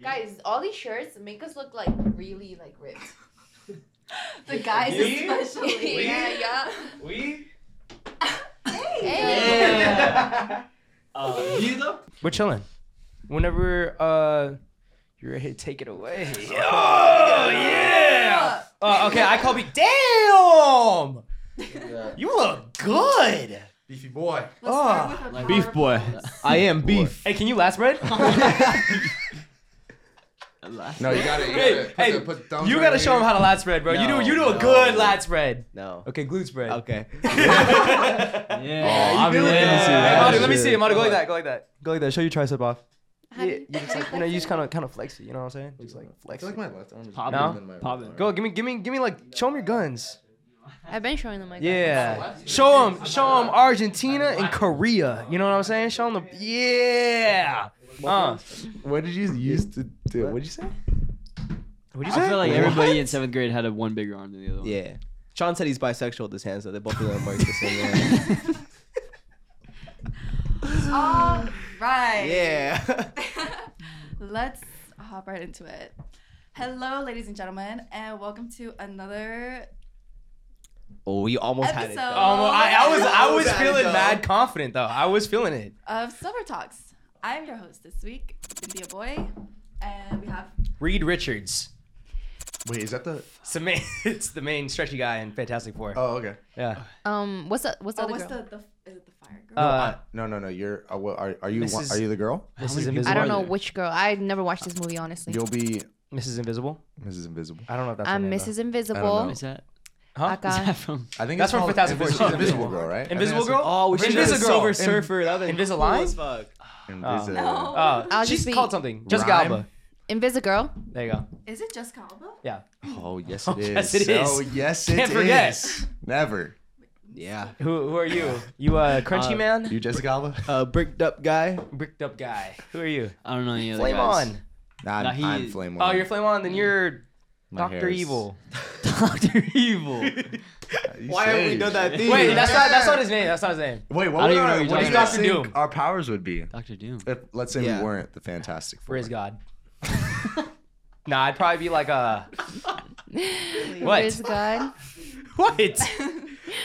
Guys, all these shirts make us look like really like ripped. the guys Me? especially. Me? Yeah, yeah. We? Hey. Uh, you though? We're chilling. Whenever uh, you're ready to take it away. Oh, yeah! Uh, okay, I call me. Damn! Yeah. You look good. Beefy boy. Let's start with our power Beef boy. couples. I am beef. Hey, can you last bread? No, you gotta, you Hey, gotta put, hey, the, put the thumbs you right gotta show here. him how to last bread, bro. you do you do a No, good no. last bread. No. Okay, glutes bread. Okay. Oh, yeah. Yeah, you I'm doing ready to that. see Hey, Hey, that Mario, let me shit. see it. Mario, go like that. Go like that. Go like that. Show your tricep off. How Yeah, do you, just like, you know, you just kind of kind of flex it. You know what I'm saying? Just like I flex. feel it. like my left arm is Pop No? bigger than my Pop right it. arm. Go, give me, give me, give me, like, show them your guns. I've been showing them my Yeah. Show them, show them Argentina and Korea. You know what I'm saying? Show them the, yeah. Uh, What did you use to do? What did you say? what'd you I say? feel like What? everybody in in seventh grade had a one bigger arm than the other one. Yeah. Sean said he's bisexual with his hands, so they both of them work the same way. All right. yeah. Let's hop right into it. Hello, ladies and gentlemen, and welcome to another Oh, we almost had it. Episode. though. Um, I, I was, I was That is feeling dope. mad confident though. I was feeling it. of Silver Talks. I'm your host this week, Cynthia Boy, and we have Reed Richards. Wait, is that the? It's the main, it's the main stretchy guy in Fantastic Four. Uh, Uh, Oh, okay. Yeah. Um, what's the what's the oh, other what's girl? the, the is it the fire girl? Uh, No, no, no. You're. Uh, what, are are you? This one- is- Are you the girl? Mrs. many people Invisible. I don't know Spider. which girl. I never watched this movie honestly. You'll be Mrs. Invisible. Mrs. Invisible. I don't know if that's. her I'm name, though. Uh, Mrs. Invisible. Is that? Huh? Is Aka. that from? I think That's it's from called Fantastic Four. Invisible, She's Invisible invisible. Girl, right? Invisible Girl. Oh, we should Invisible have done Silver Girl. Surfer. That would have been Invisalign? cool as fuck. Invisible. No. Uh, Oh. I'll she's just be- called something. Just Rhyme? Galba. Invisigirl. There you go. Is it Jessica Alba? Yeah. Oh, yes Oh, it is. yes, it is. Oh yes, it Can't is. forget. Never. Yeah. Who, who are you? You uh, crunchy Uh, man? You Jessica Alba? Uh, bricked up guy. bricked up guy. Who are you? I don't know any other Flame guys. on. Nah, Nah, I'm, he- I'm flame Oh, on. you're flame on. Then you're My Doctor hair is- Evil. Doctor Evil. You Why haven't we saved. done that thing? Wait, that's not that's not his name. That's not his name. Wait, what I don't would even know our, who you're what do talking you guys about. think our powers would be? Doctor Doom. If, let's say Yeah. we weren't the Fantastic Four. Praise God. nah, I'd probably be like a What? Is God. what?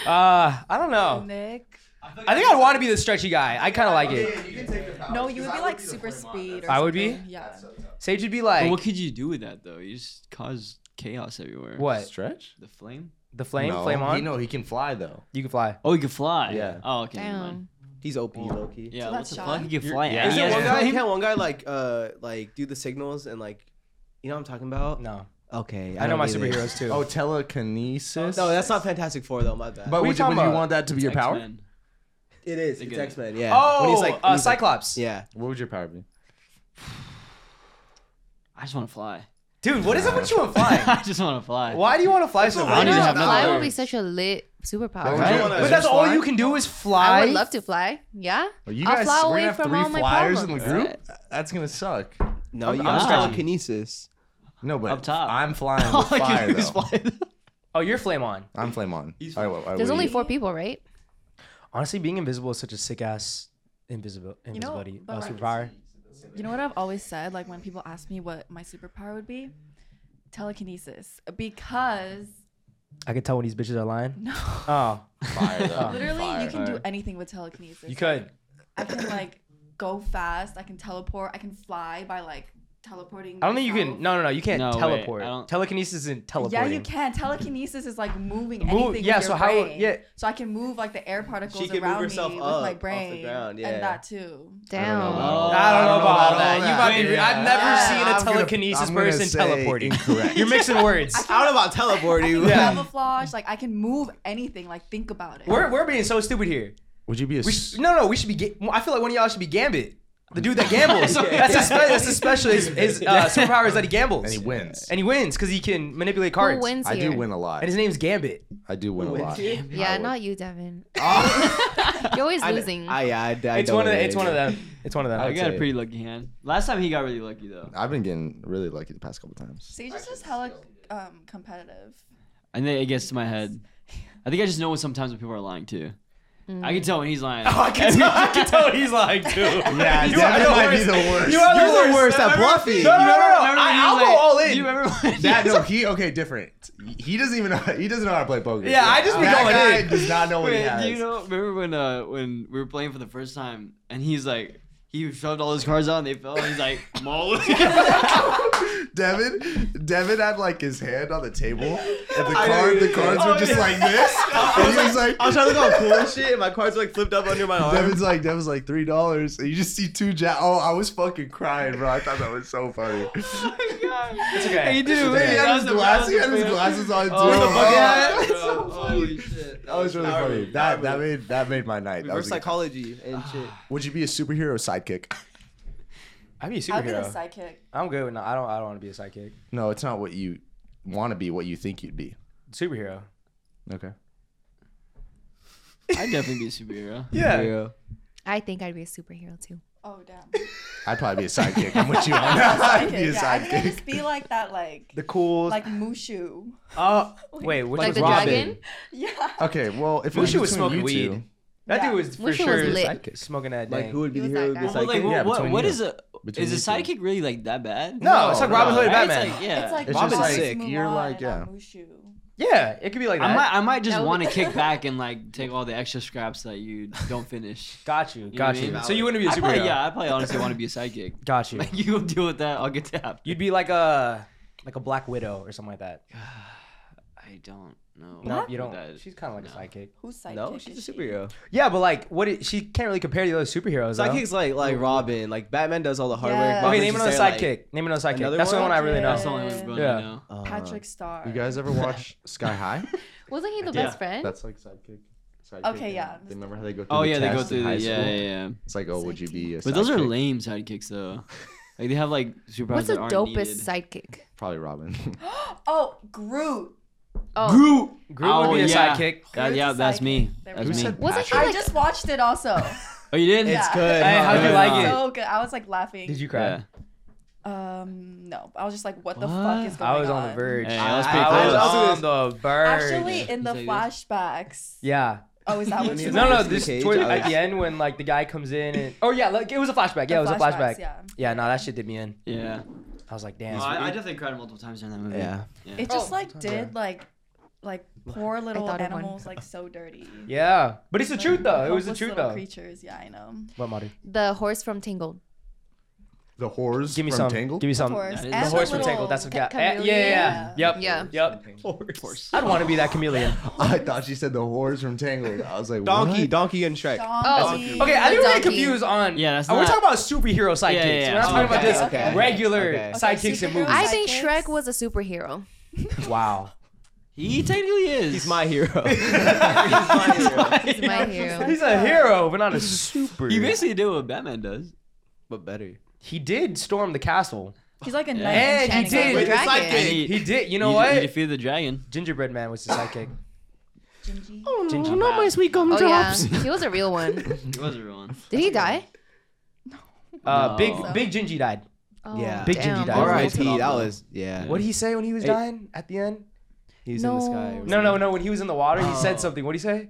Uh, I don't know. Nick. I think I'd want to be the stretchy guy. I kind of like it. you can take the powers. No, you would be like super speed. Or I would be? something. Yeah. Sage would be But like what could you do with that though? You just cause chaos everywhere. what? Stretch? The flame? The flame, flame He, on. no, he can fly though. You can fly. Oh, he can fly. Yeah. Oh, okay. never mind. Damn. He's OP, low key. Yeah. So what that's the Sean? fuck? He can fly. yeah. and Is he there has one guy? flame? Can't one guy like uh like do the signals and like, you know what I'm talking about? No, Okay. I know don't my either. superheroes too. Oh, telekinesis. No, that's not Fantastic Four though. My bad. But are you would you, talking would you about? want that to be your power? X-Men. it is. They It's get it. X Men. Yeah. oh, When he's like, uh, he's like- Cyclops. yeah. What would your power be? I just want to fly. Dude, what is up with you and flying? I just want to fly. Why do you want to fly so I much? don't know. have nothing Fly to would lose. be such a lit superpower. Would Right? you wanna But that's just all fly? you can do is fly. I would love to fly. Yeah. Well, you I'll guys, fly we're away gonna have from three all my flyers in problems. the group. That's gonna suck. No, you I'm got flying. telekinesis. No, but Up top. I'm flying with All I can fire do though. is fly. Oh, you're flame on. I'm flame on. All right, well, all right, There's what do only you- four people, right? Honestly, being invisible is such a sick ass invisible invisibility but uh, like- superpower. You know what I've always said, like when people ask me what my superpower would be? Telekinesis. Because I could tell when these bitches are lying. no, Oh, fire though. literally Fire. you can do Fire. anything with telekinesis. you could. I can like go fast, I can teleport, I can fly by like teleporting. I don't think you can. myself. No, no, no. You can't No, wait, teleport. I don't- Telekinesis isn't Yeah, teleporting. you can. Telekinesis is like moving Move- anything. yeah, with so your how- brain. yeah. So I can move like the air particles can move around herself me up, with my off the brain ground, yeah. and that too. Damn. I don't know about all that. You might be. Yeah. I've never Yeah. I'm seen a gonna- telekinesis I'm gonna person say teleporting. incorrect. You're mixing words. I don't know about I teleporting. can Yeah. camouflage. Like I can move anything. Like think about it. We're, we're being so stupid here. Would you be a? We s- sh- no, no, we should be. Ga- I feel like one of y'all should be Gambit, the dude that gambles. that's, his spe- that's his special. His, his uh, superpower is that he gambles and he wins. and he wins because he can manipulate cards. Who wins I here? do win a lot. And his name's Gambit. I do win a lot. Yeah, I would. not you, Devin. You're always losing. I, I, I It's don't one of win the, it's one of anything. them. It's one of them. I got say- a pretty lucky hand. Last time he got really lucky though, I've been getting really lucky the past couple times. Sage is just hella um, competitive. and then it gets to my head. I think I just know when sometimes when people are lying too. I Mm. can tell when he's lying. I can, tell, I can tell he's lying too. Yeah, You are the worst. You are the worst. at bluffing. No, no, no, no. Remember when I, he was I'll go like- all in. You remember when That no, he okay, different. He doesn't even know. He doesn't know how to play poker. Yeah, I just be that going guy in. Does not know what he Wait, has. do you know? Remember when uh when we were playing for the first time and he's like he shoved all his cards out and they fell and he's like Molly. Devin, Devin had like his hand on the table, and the I know card, you the did. cards were Oh, just yeah. like this. And he was like, I was trying to look all cool and shit, and my cards like flipped up under my arm. Devin's like, Devin's like three dollars, and you just see two jack. Oh, I was fucking crying, bro. I thought that was so funny. Oh it's okay. He did. he had his glasses. He had his glasses on too. Oh, that's so funny. shit. That was really Power funny. move, That power that move. made that made my night. That Reverse was a good time. psychology and shit. Would you be a superhero sidekick? I'd be a I'll get a superhero. sidekick. I'm good with no. I don't. I don't want to be a sidekick. No, it's not what you want to be. What you think you'd be. Superhero. Okay. I'd definitely be a superhero. Yeah. I think I'd be a superhero too. Oh damn. I'd probably be a sidekick. I'm with you on that. I'd be Okay, a yeah, I think I'd sidekick. just be like that, like The cool. like Mushu. oh wait, which Like was the Robin? dragon? Yeah. Okay, well, if it Mushu was between smoking you weed. two- That Yeah. dude was for Wish it sure was lit. psych- smoking that Like, dang. who would be He the was hero? that Of the Well, guy. like, psychic? what, Yeah, what, between what you. is a Between is a you two. sidekick really like that bad? No, it's like Robin Hood, right? It's Batman. like, yeah. It's like It's just Mulan like- and you're Mulan like, and yeah. I'm Mushu. yeah, it could be like that. I might, I might just That would want to be- kick back and like take all the extra scraps that you don't finish. got you. know Got what I you. mean? So you wouldn't be a I superhero. probably, yeah, I probably honestly want to be a sidekick. Got you. Like you go deal with that, I'll get tapped. You'd be like a like a Black Widow or something like that. I don't know. No, what you don't. that- She's kind of like no. a sidekick. Who's sidekick? No, she's is a she? superhero. Yeah, but like, what? Is, she can't really compare to the other superheroes. though. Sidekick's like like Robin. Like Batman does all the hard Yeah. work. Okay, Robin's name another Robin's just there, sidekick. name another sidekick. Another That's the one? one I really know. That's the only one Yeah. I know. like, uh, Patrick Star. You guys ever watch Sky High? Wasn't he the Yeah. best friend? That's like sidekick. sidekick Okay, and yeah. They remember how they go through Oh the yeah, they go test in through. high The, yeah, school? yeah, yeah. It's like, oh, would you be a But those are sidekick? lame sidekicks though. Like they have like superpowers What's the that aren't dopest needed. sidekick? Probably Robin. Oh, Groot. Oh, Groot. Groot would be a sidekick. That, Groot's yeah, a that's me. sidekick. There That's we me. go. wasn't he I like? just watched it also. Oh, you did? Yeah. It's good. Hey, huh? how'd you Yeah. like it? so good. I was like laughing. Did you cry? Yeah. Um, no. I was just like, what the What? fuck is going on? I was on the verge. Hey, I I was was pretty close. on the verge. Actually, in the He's like flashbacks. yeah. Oh, is that what Yeah. you No, like no, in the this cage, toward, I at was- the end when like the guy comes in and oh yeah, look, it was a flashback. Yeah, it was a flashbacks, flashback. yeah. Yeah, no, that shit did me in. Yeah. I was like, damn. No, I, I definitely cried multiple times during that movie. Yeah. It just Oh, like did like, like poor little thought of one. animals like so dirty. yeah, but it's the Like, truth though. It was the helpless truth little though. Creatures, yeah, I know. What, Marty? The horse from Tingled. the horrors Give me from some. Tangled. Give me some. Of course. Um, is- and The The horse from little- Tangled. That's a guy. ca- eh, yeah, yeah, yeah. Yep. Yeah. Yep. Of course. I'd want to be that chameleon. I thought she said the horrors from Tangled. I was like, Donkey, what? donkey, and Shrek. Oh, Okay, I think Donkey. we're getting Donkey. confused on. Yeah, that's Oh, We're not- talking about superhero sidekicks. Yeah, yeah, yeah. We're not talking about Okay, just okay. regular Okay. sidekicks in superhero movies. I think Sidekicks? Shrek was a superhero. wow. He technically is. He's my hero. He's my hero. He's my hero. He's a hero, but not a super. He basically did what Batman does. But better. He did storm the castle. He's like a knight. And he in shining did. With armor. his Dragon. And sidekick. He did. You know he, what? He defeated the dragon. Gingerbread Man was his sidekick. Gingy. Ginger. not my sweet gum. Oh yeah, he was a real one. He was a real one. Did he die? Uh, No. Big Big Gingy died. Oh, Yeah. Big Gingy damn. died. All right, Alright. That was yeah. What did he say when he was dying at the end? He's in No. the sky. No, no, no. When he was in the water, he said something. What did he say?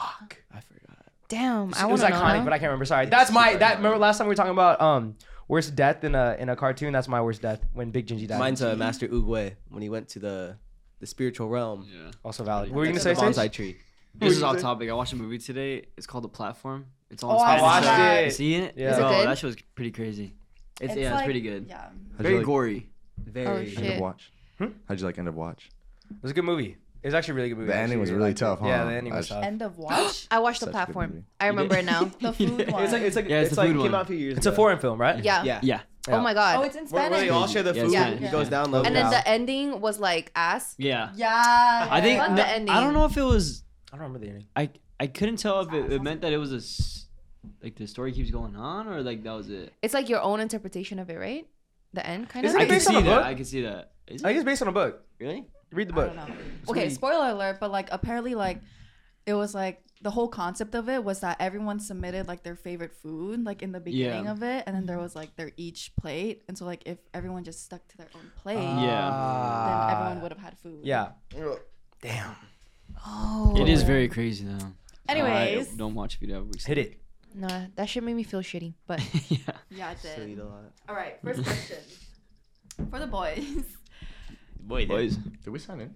I forgot. Damn, it I want was to iconic, but I know. can't remember. Sorry, that's my that. Remember last time we were talking about um worst death in a in a cartoon. That's my worst death when Big Gingy died. Mine's uh, Master Oogway when he went to the the spiritual realm. Yeah. also valid. What were you gonna Next say? to the bonsai Sage? tree. This is off topic. I watched a movie today. It's called The Platform. It's on Oh, I Spanish. watched You it. seen it? Yeah. Is it No, good? that shit was pretty crazy. It's, yeah, like- it's pretty good. Yeah. How'd you Very like- gory. Oh Very. End of shit. watch. How'd you like end of watch? It was a good movie. It was actually a really good movie. The ending actually. was really Like, tough, huh? Yeah, the ending was That's- tough. End of watch. I watched Such the a good movie. platform. I remember it now. the food one. It's like it's like Yeah, it's it's the like food came one. out a few years It's a ago. foreign film, right? Yeah. Yeah. Yeah. Oh my oh, god. it's in Where, Spanish. where they all share the Yeah, food. yeah, He yeah. goes down low. and then Yeah. the ending was like ass. Yeah. yeah. I think Fuck no, the ending. I don't know if it was I don't remember the ending. I I couldn't tell if it, it meant that it was a s- like the story keeps going on or like that was it. It's like your own interpretation of it, right? The end, kind Is of. it I can based on see a book? that. I can see that. Is I it guess based on a book. really? Read the I book. don't know. Okay, spoiler alert, but like apparently like it was like the whole concept of it was that everyone submitted like their favorite food like in the beginning of it and then there was like their each plate and so like if everyone just stuck to their own plate then everyone would have had food. Yeah. Damn. Oh. It is very crazy though. Anyways. I don't watch if you don't Hit it. Nah, that shit made me feel shitty. But yeah. Yeah, it So eat did. a lot. All right, first question. For the boys. Boy, boys. Did we sign in?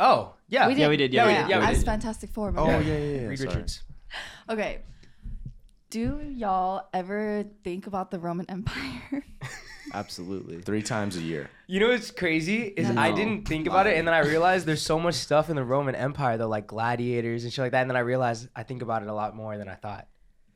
Oh, yeah. We Yeah, we did. Yeah, we did. Yeah, we as did. Fantastic Four. Oh Remember? yeah, yeah, yeah. Reed sorry. Richards. Okay. Do y'all ever think about the Roman Empire? Absolutely. Three times a year. You know what's crazy is I No. didn't think about it, and then I realized there's so much stuff in the Roman Empire though, like gladiators and shit like that. And then I realized I think about it a lot more than I thought.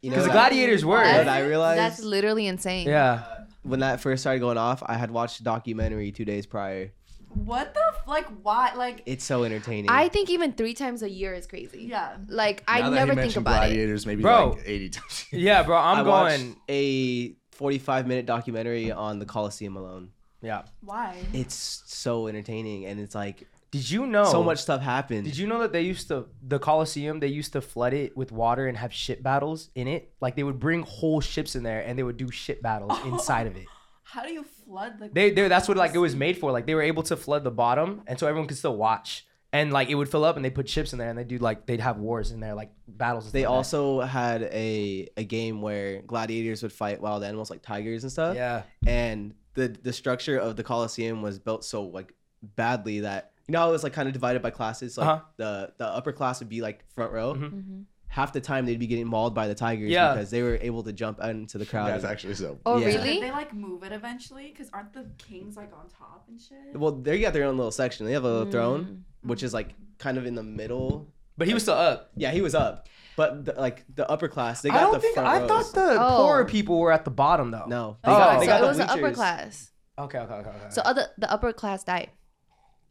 You Because the what I- gladiators were. What That's- I realized. that's literally insane. Yeah. when that first started going off, I had watched a documentary two days prior. What the f- like? Why? Like It's so entertaining. I think even three times a year is crazy. yeah. Like Now I that never he think mentioned about it. gladiators, maybe Bro. like eighty times. a year. Yeah, bro. I I'm watched going. a 45 minute documentary on the Colosseum alone. Yeah. Why? It's so entertaining and it's like Did you know so much stuff happened. Did you know that they used to the Colosseum? They used to flood it with water and have ship battles in it. Like they would bring whole ships in there and they would do ship battles inside of it. How do you flood the? They, they that's what like it was made for. Like they were able to flood the bottom, and so everyone could still watch. And like it would fill up, and they put ships in there, and they do like they'd have wars in there, like battles. and they stuff like that. also had a a game where gladiators would fight wild animals like tigers and stuff. yeah. And the the structure of the Colosseum was built so like badly that you know how it was like kind of divided by classes. Like Uh-huh. the the upper class would be like front row. Mhm. Mhm. Half the time they'd be getting mauled by the tigers Yeah. because they were able to jump out into the crowd. That's and- actually so. Oh Yeah. Did really? they like move it eventually? Cause aren't the kings like on top and shit? well, they got their own little section. They have a little throne, Mm-hmm. which is like kind of in the middle. But he was still up. Yeah, he was up, but the, like the upper class, they got I don't the think front I rows. thought the Oh. poorer people were at the bottom though. no. Oh, Oh, they so got it the was the upper bleachers. class. Okay. Okay. Okay. okay. So other the upper class died.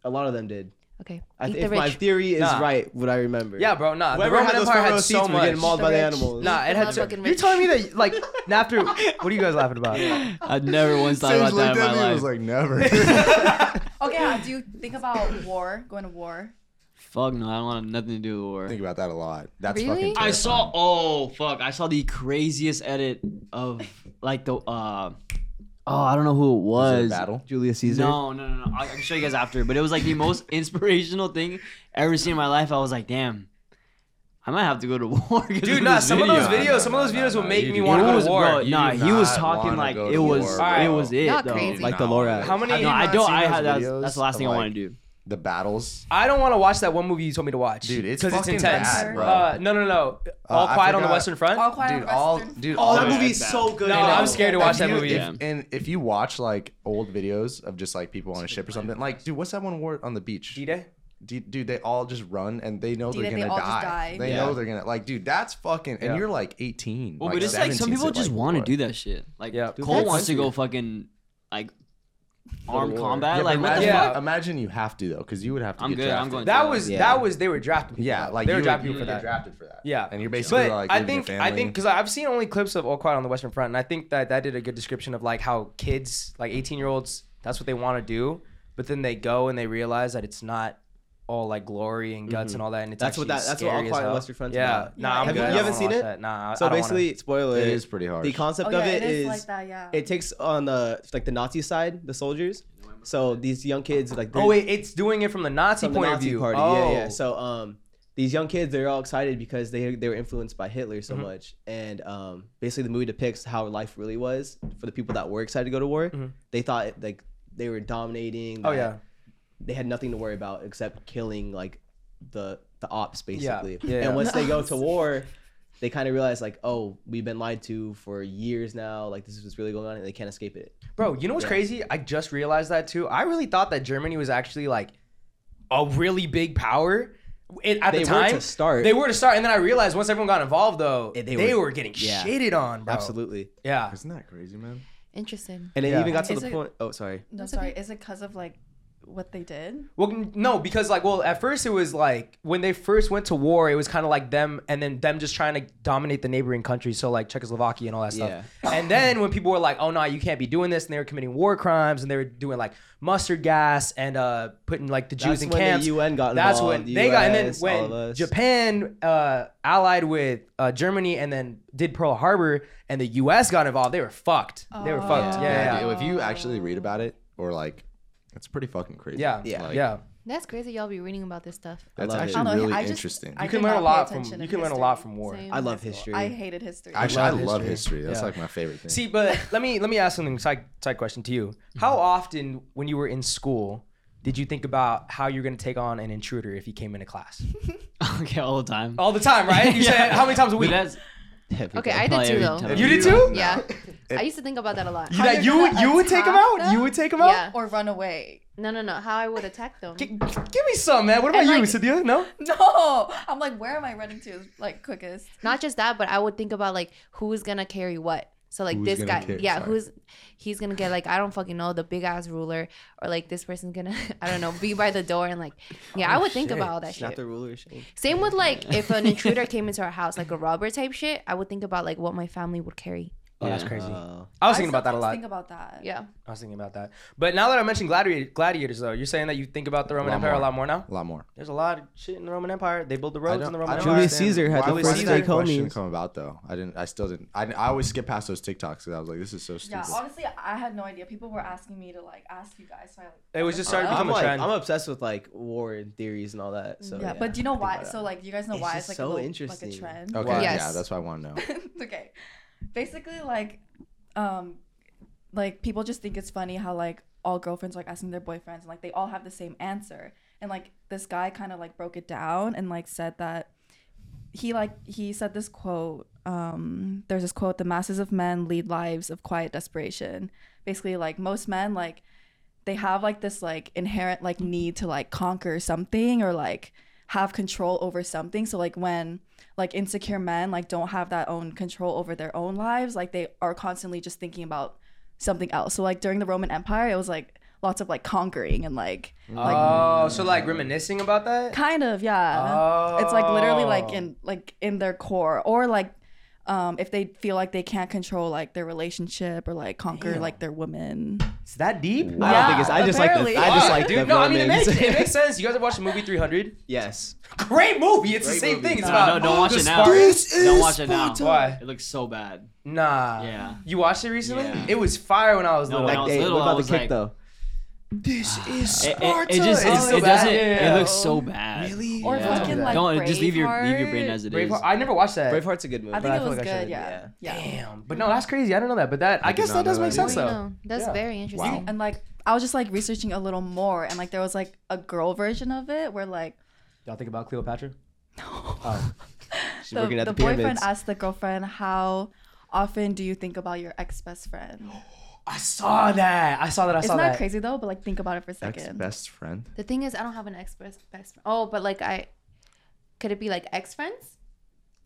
A lot of them did. Okay. I Eat th- the if my rich. theory is Nah. right, what I remember. yeah, bro. Nah. Whoever the Roman had those Empire front had row so seats were much. getting mauled by the rich. animals. Nah, it had. Love So, fucking you're rich. telling me that like after what are you guys laughing about? I've never once thought Sims about that looked in at my me and life. was like, never. Okay. How do you think about war? Going to war? Fuck no, I don't want nothing to do with war. Think about that a lot. That's Really? fucking. I Terrifying. saw oh fuck, I saw the craziest edit of like the uh oh I don't know who it Was it a was. battle. Julius Caesar. No, no, no, no. I I can show you guys after. But it was like the most inspirational thing ever seen in my life. I was like, damn, I might have to go to war. 'cause Dude, of nah, this some of those video. videos, some of those Nah, videos nah, will nah, make you me do- want It to go was, to war. bro, You nah, do he was not talking wanna like go it to was, war, it bro. was it Not though. crazy. Like, Like the No. Lorax. How many? I have you know, I not don't. seen I those had that's, videos that's the last of, thing I want like- to do. the battles. I don't want to watch that one movie you told me to watch, Dude, it's 'cause fucking intense. bad, bro. Uh, no, no, no. Uh, All I Quiet on the forgot. Western Front. All quiet on Dude, the all Western dude, Front. Oh, all that yeah. movie's so good. no, I'm scared to watch If that you- movie. if- Yeah. and if you watch like old videos of just like people on a ship or something, like dude, what's that one word on the beach? D-Day? D- dude, they all just run and they know Dude, they're they gonna all just die. die. They Yeah. know they're gonna like, dude, that's fucking. And Yeah. you're like 18. Well, but it's like some 17, people so, just like, want to what? do that shit. Like Yeah. Dude, Cole that's- wants to go fucking like armed war. combat. Yeah, like but what the imagine, fuck? fuck? imagine you have to though, because you would have to. I'm get good, I'm drafted. going to- That was Yeah. that was they were drafting people. Yeah, like they were you would, drafting you people would for that. get drafted for that. Yeah. and you're basically but like, I leaving your think I family. think because I've seen only clips of All Quiet on the Western Front, and I think that that did a good description of like how kids, like 18 year olds, that's what they want to do, but then they go and they realize that it's not all like glory and guts and all that, and it's Mm-hmm. That's what actually that- that's what scary All as Quiet on the hell. Western Front's Yeah, about. nah, I'm Have good. you- you I don't haven't wanna seen watch it? that. Nah, I- So I don't wanna. basically, spoiler. it is pretty hard. The concept Oh, yeah, of it is is like that, yeah. it takes on the like the Nazi side, the soldiers. So these young kids like they're Oh wait, it's doing it from the Nazi from the point of Nazi view. party. Oh. Yeah, yeah. So um these young kids they're all excited because they they were influenced by Hitler Mm-hmm. so much. And um basically the movie depicts how life really was for the people that were excited to go to war. They thought like they were dominating. Mm-hmm. oh that yeah. They had nothing to worry about except killing like the the ops basically. yeah, yeah. And once they go to war, they kind of realize like, oh, we've been lied to for years now. Like this is what's really going on, and they can't escape it. Bro, you know what's crazy? I just realized that too. I really thought that Germany was actually like a really big power. It, at They the were to time, start. They were to start, and then I realized once everyone got involved, though, Yeah, they they were, were- getting yeah. shitted on, bro. Absolutely. Yeah. Isn't that crazy, man? Interesting. And it Yeah. even got to Is the it- point. Oh, sorry. No, That's sorry. okay. Is it because of like what they did? Well, n- no, because like, well, at first it was like when they first went to war, it was kind of like them, and then them just trying to dominate the neighboring countries, so like Czechoslovakia and all that stuff. And then when people were like, "Oh no, you can't be doing this," and they were committing war crimes, and they were doing like mustard gas and uh putting like the Jews That's in when the camps. UN got That's involved, when the they got, and then US, all of when us. Japan uh allied with uh Germany and then did Pearl Harbor, and the U.S. got involved, they were fucked. They were fucked. Oh. Yeah, yeah, yeah. dude, if you actually read about it, or like, it's pretty fucking crazy. Yeah, Yeah. Like, yeah. That's crazy. Y'all be reading about this stuff. That's I love it. actually I don't know, really I just- interesting. I You can did learn not a pay lot from attention you in can learn a history. lot from war. Same. I love That's history. I hated history. Actually, I love love history. history. That's Yeah. like my favorite thing. See, but let me let me ask something side side question to you. How Mm-hmm. often when you were in school did you think about how you're gonna take on an intruder if he came into class? okay, all the time. All the time, right? Oh, You said how many times a But week? that's Okay, I Probably did too every though. time. You did too? Yeah, I used to think about that a lot. You, that you would you would take him out? You would take him out? Yeah. Or run away. No, no, no. How I would attack them. G- g- give me some, man. What about And, you, like- Sadia? No? No, I'm like, where am I running to? Like quickest. Not just that, but I would think about like who's gonna carry what. So like Who's this gonna guy, carry- yeah, sorry. who's he's gonna get like I don't fucking know the big ass ruler or like this person's gonna I don't know be by the door and like yeah I would think shit. about all that Snap shit. the ruler. Shane. Same with like if an intruder came into our house like a robber type shit I would think about like what my family would carry. Oh, that's Yeah. crazy. Uh, I was thinking about that a sometimes lot. Think about that. Yeah, I was thinking about that. But now that I mentioned gladiator, gladiators, though, you're saying that you think about the Roman lot Empire a more. lot more now. A lot more. There's a lot of shit in the Roman Empire. They build the roads in the Roman I Empire. Julius understand Caesar had why the we first see take that question homies. come about though. I didn't. I still didn't. I, I always skip past those TikToks because I was like, this is so stupid. Yeah, honestly, I had no idea. People were asking me to like ask you guys. So I, It was just started to I'm, become a like, trend. I'm obsessed with like war and theories and all that. So yeah, but do you know I think why? about that. So like, you guys know It's why just it's like so a little, interesting. like a trend. Okay. Why? Yeah, Yes. that's what I want to know. okay. Basically, like, um, like people just think it's funny how like all girlfriends are, like asking their boyfriends and like they all have the same answer. And like this guy kind of like broke it down and like said that he like he said this quote. Um, there's this quote: "The masses of men lead lives of quiet desperation." Basically, like most men, like they have like this like inherent like need to like conquer something or like have control over something so like when like insecure men like don't have that own control over their own lives like they are constantly just thinking about something else so like during the roman empire it was like lots of like conquering and like oh, so like reminiscing about that? kind of yeah it's like literally like Oh. in like in their core or like um if they feel like they can't control like their relationship or like conquer like their women It's that deep? I don't think it's. I just like. apparently. The, I just Wow, like. dude. the No, I mean it makes, Romans. it makes sense. You guys have watched the movie 300? yes. Great movie. It's the same thing. It's No, about Uh, no, don't watch the it now. Spartans. Don't watch it now. Why? It looks so bad. Uh, Nah. Yeah. You watched it recently? Yeah. It was fire when I was No, little. when I was Hey, little, what I about was the kick like, though? this is It, Sparta. it, it just It's it's, so it bad. doesn't. Yeah. It looks so bad. Really? or Yeah. fucking like don't just leave your leave your brain Braveheart. as it is. Braveheart. I never watched that. Braveheart's a good movie. I think I it feel was like I good, should, yeah. Yeah. Damn. But no, that's crazy. I don't know that. But that I, did guess that not does know make that sense either. though. no, that's Yeah. very interesting. Wow. And like I was just like researching a little more and like there was like a girl version of it where like Y'all think about Cleopatra? Oh. She's the, working at the, the boyfriend pyramids. asked the girlfriend how often do you think about your ex best friend? I saw that. I saw that. I saw Isn't that that. crazy though? But like think about it for a Ex second. best friend. The thing is I don't have an ex best best friend. Oh, but like I could it be like ex friends?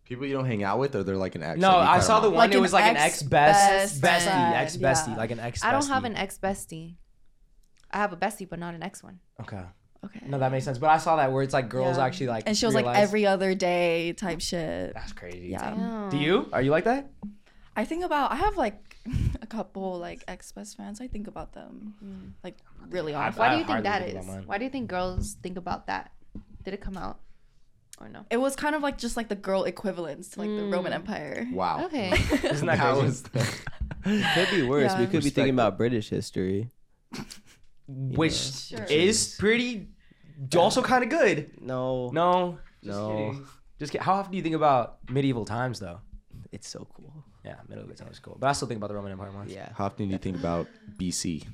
People you don't hang out with, or they're like an ex. No, like, you I cut saw the them one. Like it an was like an ex best ex-best bestie, friend, ex bestie, yeah. like an ex. I don't have an ex bestie. I have a bestie, but not an ex one. Okay. Okay. No, that makes sense. But I saw that where it's like girls Yeah. actually like. and she was like realize- every other day type shit. That's crazy. Yeah. Do you? Are you like that? I think about I have like a couple like ex best friends. I think about them like really often. Why do I you think hardly that think is? about mine. Why do you think girls think about that? Did it come out or no? It was kind of like just like the girl equivalents to like the Roman Empire. Wow. Okay. Isn't that That crazy? was the- Could be worse. Yeah. We could be Respect. thinking about British history. Which Sure. is pretty, also kind of good. No, No. Just No. kidding. Just kidding. How often do you think about medieval times though? it's so cool. Yeah, medieval times is cool. But I still think about the Roman Empire once. Yeah, How often do you think about BC?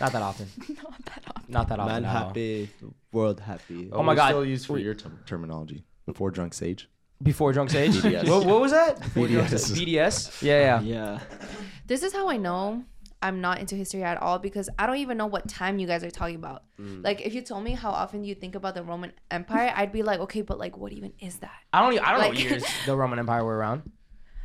Not that often. Not that often. Not that often. man at all. happy, world happy. Oh my we God. Still used for your term- terminology before drunk sage. Before drunk sage. BDS. what, what was that? Before drunk BDS. sage. BDS. Yeah, yeah. Yeah. this is how I know I'm not into history at all because I don't even know what time you guys are talking about. Mm. Like if you told me how often you think about the Roman Empire, I'd be like, okay, but like what even is that? I don't. e- I don't know Like- what years the Roman Empire were around.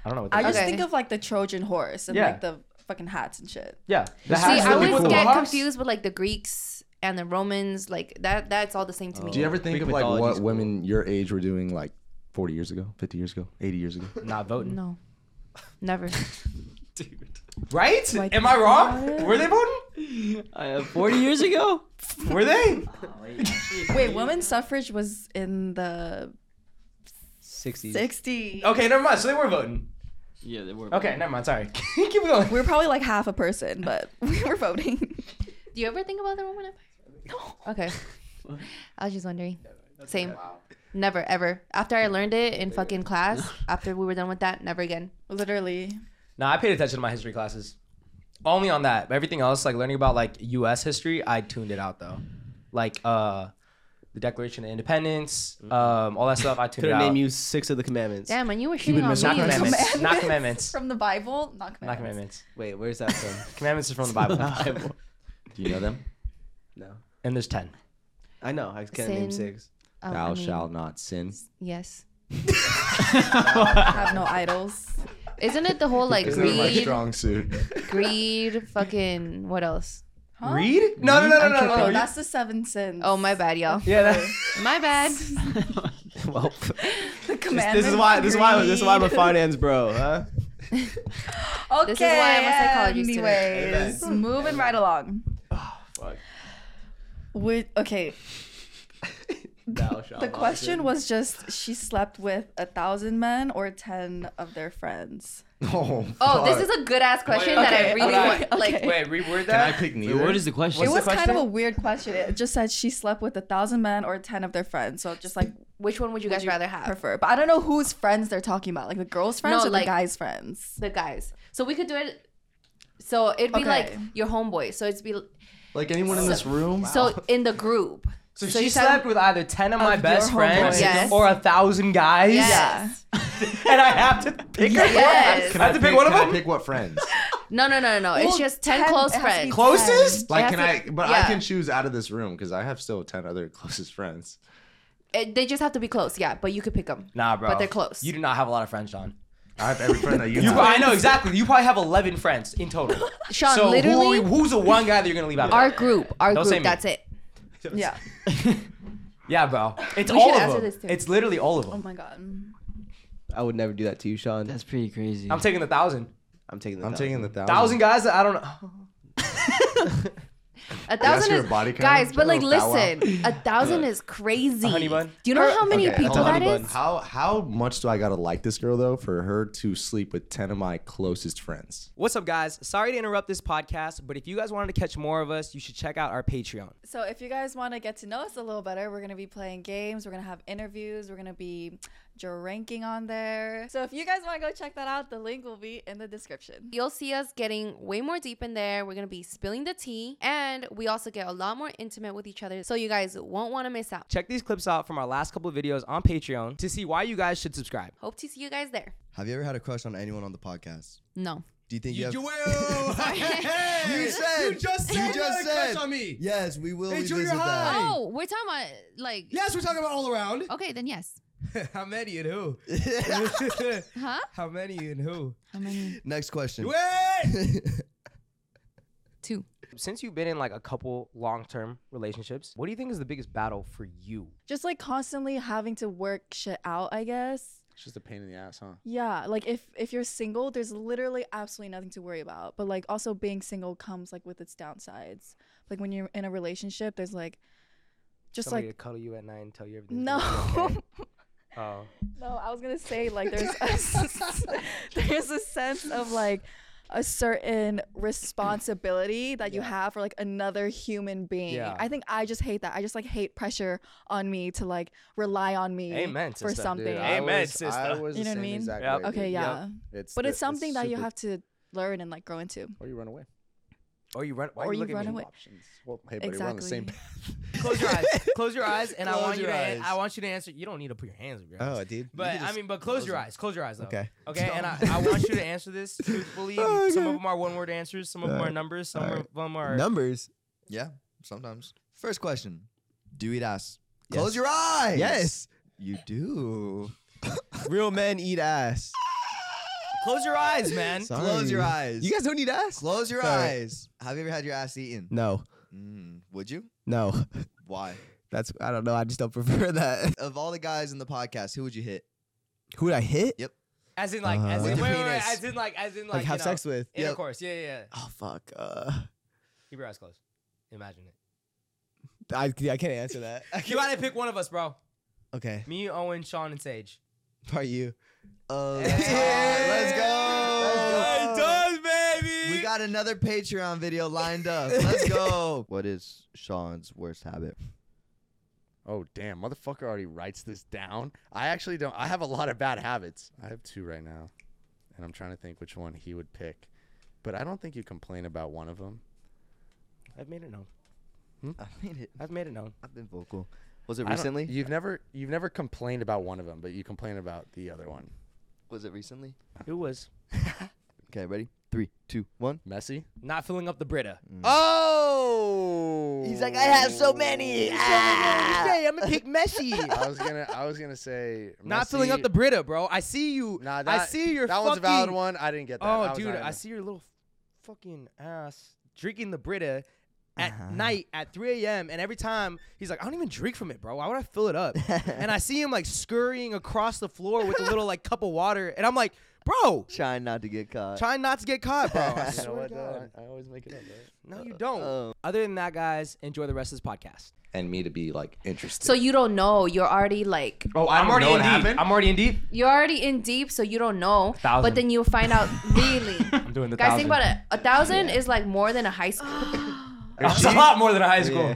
I don't know what. I That just Okay. think of like the Trojan horse and Yeah. like the fucking hats and shit. Yeah. The See, hats, I the people always with the get hawks. confused with like the Greeks and the Romans, like that that's all the same to me. Oh. Do you ever think Greek of like mythology's what cool. women your age were doing like 40 years ago, 50 years ago, 80 years ago? Not voting. No. Never. Right? Like, Am I wrong? what? Were they voting? Uh, Forty years ago. Were they? Wait, women's suffrage was in the 60s. 60s. Okay, never mind. So they were voting. Yeah, they were. Okay, never mind. Sorry. Keep going. We were probably like half a person, but we were voting. Do you ever think about the Roman Empire? No. Okay. I was just wondering. Same. Never ever. After I learned it in fucking class, after we were done with that, never again. Literally. No, I paid attention to my history classes. Only on that. But everything else, like learning about like US history, I tuned it out though. Like uh the Declaration of Independence, um, all that stuff I tuned Could it have out. named you six of the commandments. Damn, and you were shitting Not on me. commandments. Not commandments. From the Bible? Not Not commandments. commandments. Wait, where's that from? Commandments is from the Bible. Bible. Do you know them? No. and there's ten. I know. I can't name Sin. six. Oh, I Thou mean, shalt not sin. Yes. Have no idols. Isn't it the whole like Isn't that my greed, strong suit? greed, fucking what else? Huh? Read? No, no, no, I'm no, no, no. No, tripping. no. that's the seven sins. Oh my bad, y'all. Yeah, that, My bad. well, The this is why. This is why. This is why I'm a finance bro, huh? Okay. This is why I'm a psychology student. anyways, moving right along. Would okay. The question was just she slept with a thousand men or ten of their friends. Oh, Oh, fuck. this is a good ass question that I okay, really okay, want. Like, okay. wait, reword Can I that. pick Wait, neither? what is the question? it was the kind question? of a weird question. It just said she slept with a thousand men or ten of their friends. So just like which one would you guys rather have? prefer, but I don't know whose friends they're talking about, like oh the girls' friends No, or like- the guys' friends. the guys. So we could do it. So it'd be Okay. like your homeboy. So it's be like anyone in this room? so in the group. So, So she you said- slept with either ten of my your best friends homeboys. Yes. or a thousand guys, Yes. and I have to pick her. Yes. I have to pick one of can I them? pick what friends? No, no, no, no. no. Well, it's just ten, 10 close it has to friends. be Closest? It Like, has can to- I? But I yeah. can choose out of this room because I have still ten other closest friends. It- they just have to be close. Yeah, but you could pick them. Nah, bro. But they're close. You do not have a lot of friends, John. I have every friend that you You, have. I know exactly. You probably have eleven friends in total. Sean, so literally, who, who's the one guy that you're gonna leave out? our group, our Don't say group. me. That's it. Yeah. yeah, bro. It's We should all answer of them. this too. It's literally all of Oh them. my god. I would never do that to you, Sean. That's pretty crazy. I'm taking the thousand. I'm taking the. I'm taking the thousand. Thousand guys that I don't know. A thousand for is a body count? guys, but Little like bow wow. listen, a thousand is crazy. honey bun? Do you know how many Okay, people hold on. that is? How how much do I gotta like this girl though for her to sleep with ten of my closest friends? What's up, guys? Sorry to interrupt this podcast, but if you guys wanted to catch more of us, you should check out our Patreon. So if you guys want to get to know us a little better, we're gonna be playing games. We're gonna have interviews. We're gonna be drinking on there. So if you guys want to go check that out, the link will be in the description. You'll see us getting way more deep in there. We're gonna be spilling the tea, and we also get a lot more intimate with each other, so you guys won't want to miss out. Check these clips out from our last couple of videos on Patreon to see why you guys should subscribe. Hope to see you guys there. Have you ever had a crush on anyone on the podcast? No. Do you think you, have? will. You said. just You just said. me. Yes, we will Hey, revisit Junior that. High. Oh, we're talking about like. Yes, we're talking about all around. Okay, then yes. How many and who? Huh? How many and who? How many? Next question. Two. Since you've been in like a couple long-term relationships, what do you think is the biggest battle for you? Just like constantly having to work shit out, I guess. It's just a pain in the ass, huh? Yeah, like if if you're single, there's literally absolutely nothing to worry about. But like also being single comes like with its downsides. Like when you're in a relationship, there's like just Somebody like to cuddle you at night and tell you everything. no. Oh. No, I was gonna say like there's a s- there's a sense of like a certain responsibility that you have for like another human being. Yeah. I think I just hate that. I just like hate pressure on me to like rely on me Amen, for sister. something. I Amen, was- sister. I was the You know what I same mean? exact Yep. way, okay, yeah. It's But it's something that you have to learn and like grow into. Or you run away. Oh, Or you run. Why Or you you look at run me? away. Options. Well, hey, buddy, we're on the same. Exactly. Close your eyes. Close your eyes, and I Close want you your to. an- eyes. I want you to answer. You don't need to put your hands up your eyes. Oh, dude. But I mean, but close your eyes. Close your eyes, though. Okay. Okay. And I, I want you to answer this truthfully. Some of them are one word answers. Some of them are Alright. numbers. Some Alright. of them are. Numbers. Yeah, sometimes. First question. Do eat ass. Close your eyes. Yes. You do. Real men eat ass. Close your eyes, man. Sorry. Close your eyes. You guys don't eat ass. Close your Sorry. eyes. Have you ever had your ass eaten? No. Mm, Would you? No, Why? that's I don't know. I just don't prefer that. Of all the guys in the podcast, who would you hit? Who would I hit? Yep. As in like, as Uh, With in wait, the wait, wait, penis. as in like, as in like, Like, have you know, sex with. Yep. intercourse. Yeah, yeah, yeah. Oh fuck. Uh, Keep your eyes closed. Imagine it. I I can't answer that. You gotta pick one of us, bro. Okay, Me, Owen, Sean, and Sage. are you? Uh, let's go. Let's go. It does, baby. We got another Patreon video lined up. Let's go. What is Sean's worst habit? Oh damn, motherfucker already writes this down. I actually don't. I have a lot of bad habits. I have two right now, and I'm trying to think which one he would pick. But I don't think you complain about one of them. I've made it known. I made it. I've made it known. I've been vocal. Was it I don't- recently? you've never you've never complained about one of them, but you complain about the other one. Was it recently? Who was Okay, ready? Three, two, one. Messy. not filling up the Brita? Oh. He's like, I have so many. Ah! Ah. Hey, I'm gonna pick Messi. I was gonna I was gonna say not filling up Messi. the Brita, bro. I see you. Nah, I that- see your that fucking. one's a valid one. I didn't get that. Oh, That was dude, not I enough. see your little fucking ass drinking the Brita at night at 3 a.m. And every time he's like, I don't even drink from it, bro. Why would I fill it up? and I see him like scurrying across the floor with a little like cup of water, and I'm like, bro, Trying not to get caught. trying not to get caught, bro. I You know swear what? to though? God. I, I always make it up. Right? Uh, um. No, you don't. Other than that, guys, enjoy the rest of this podcast. and me to be like interested. So you don't know. You're already like Oh, I'm already in deep. I'm already in deep. you're already in deep, so you don't know. thousand. But then you find out really. I'm doing the Guys, think about it. A thousand is like more than a high school. It's a lot more than a high school.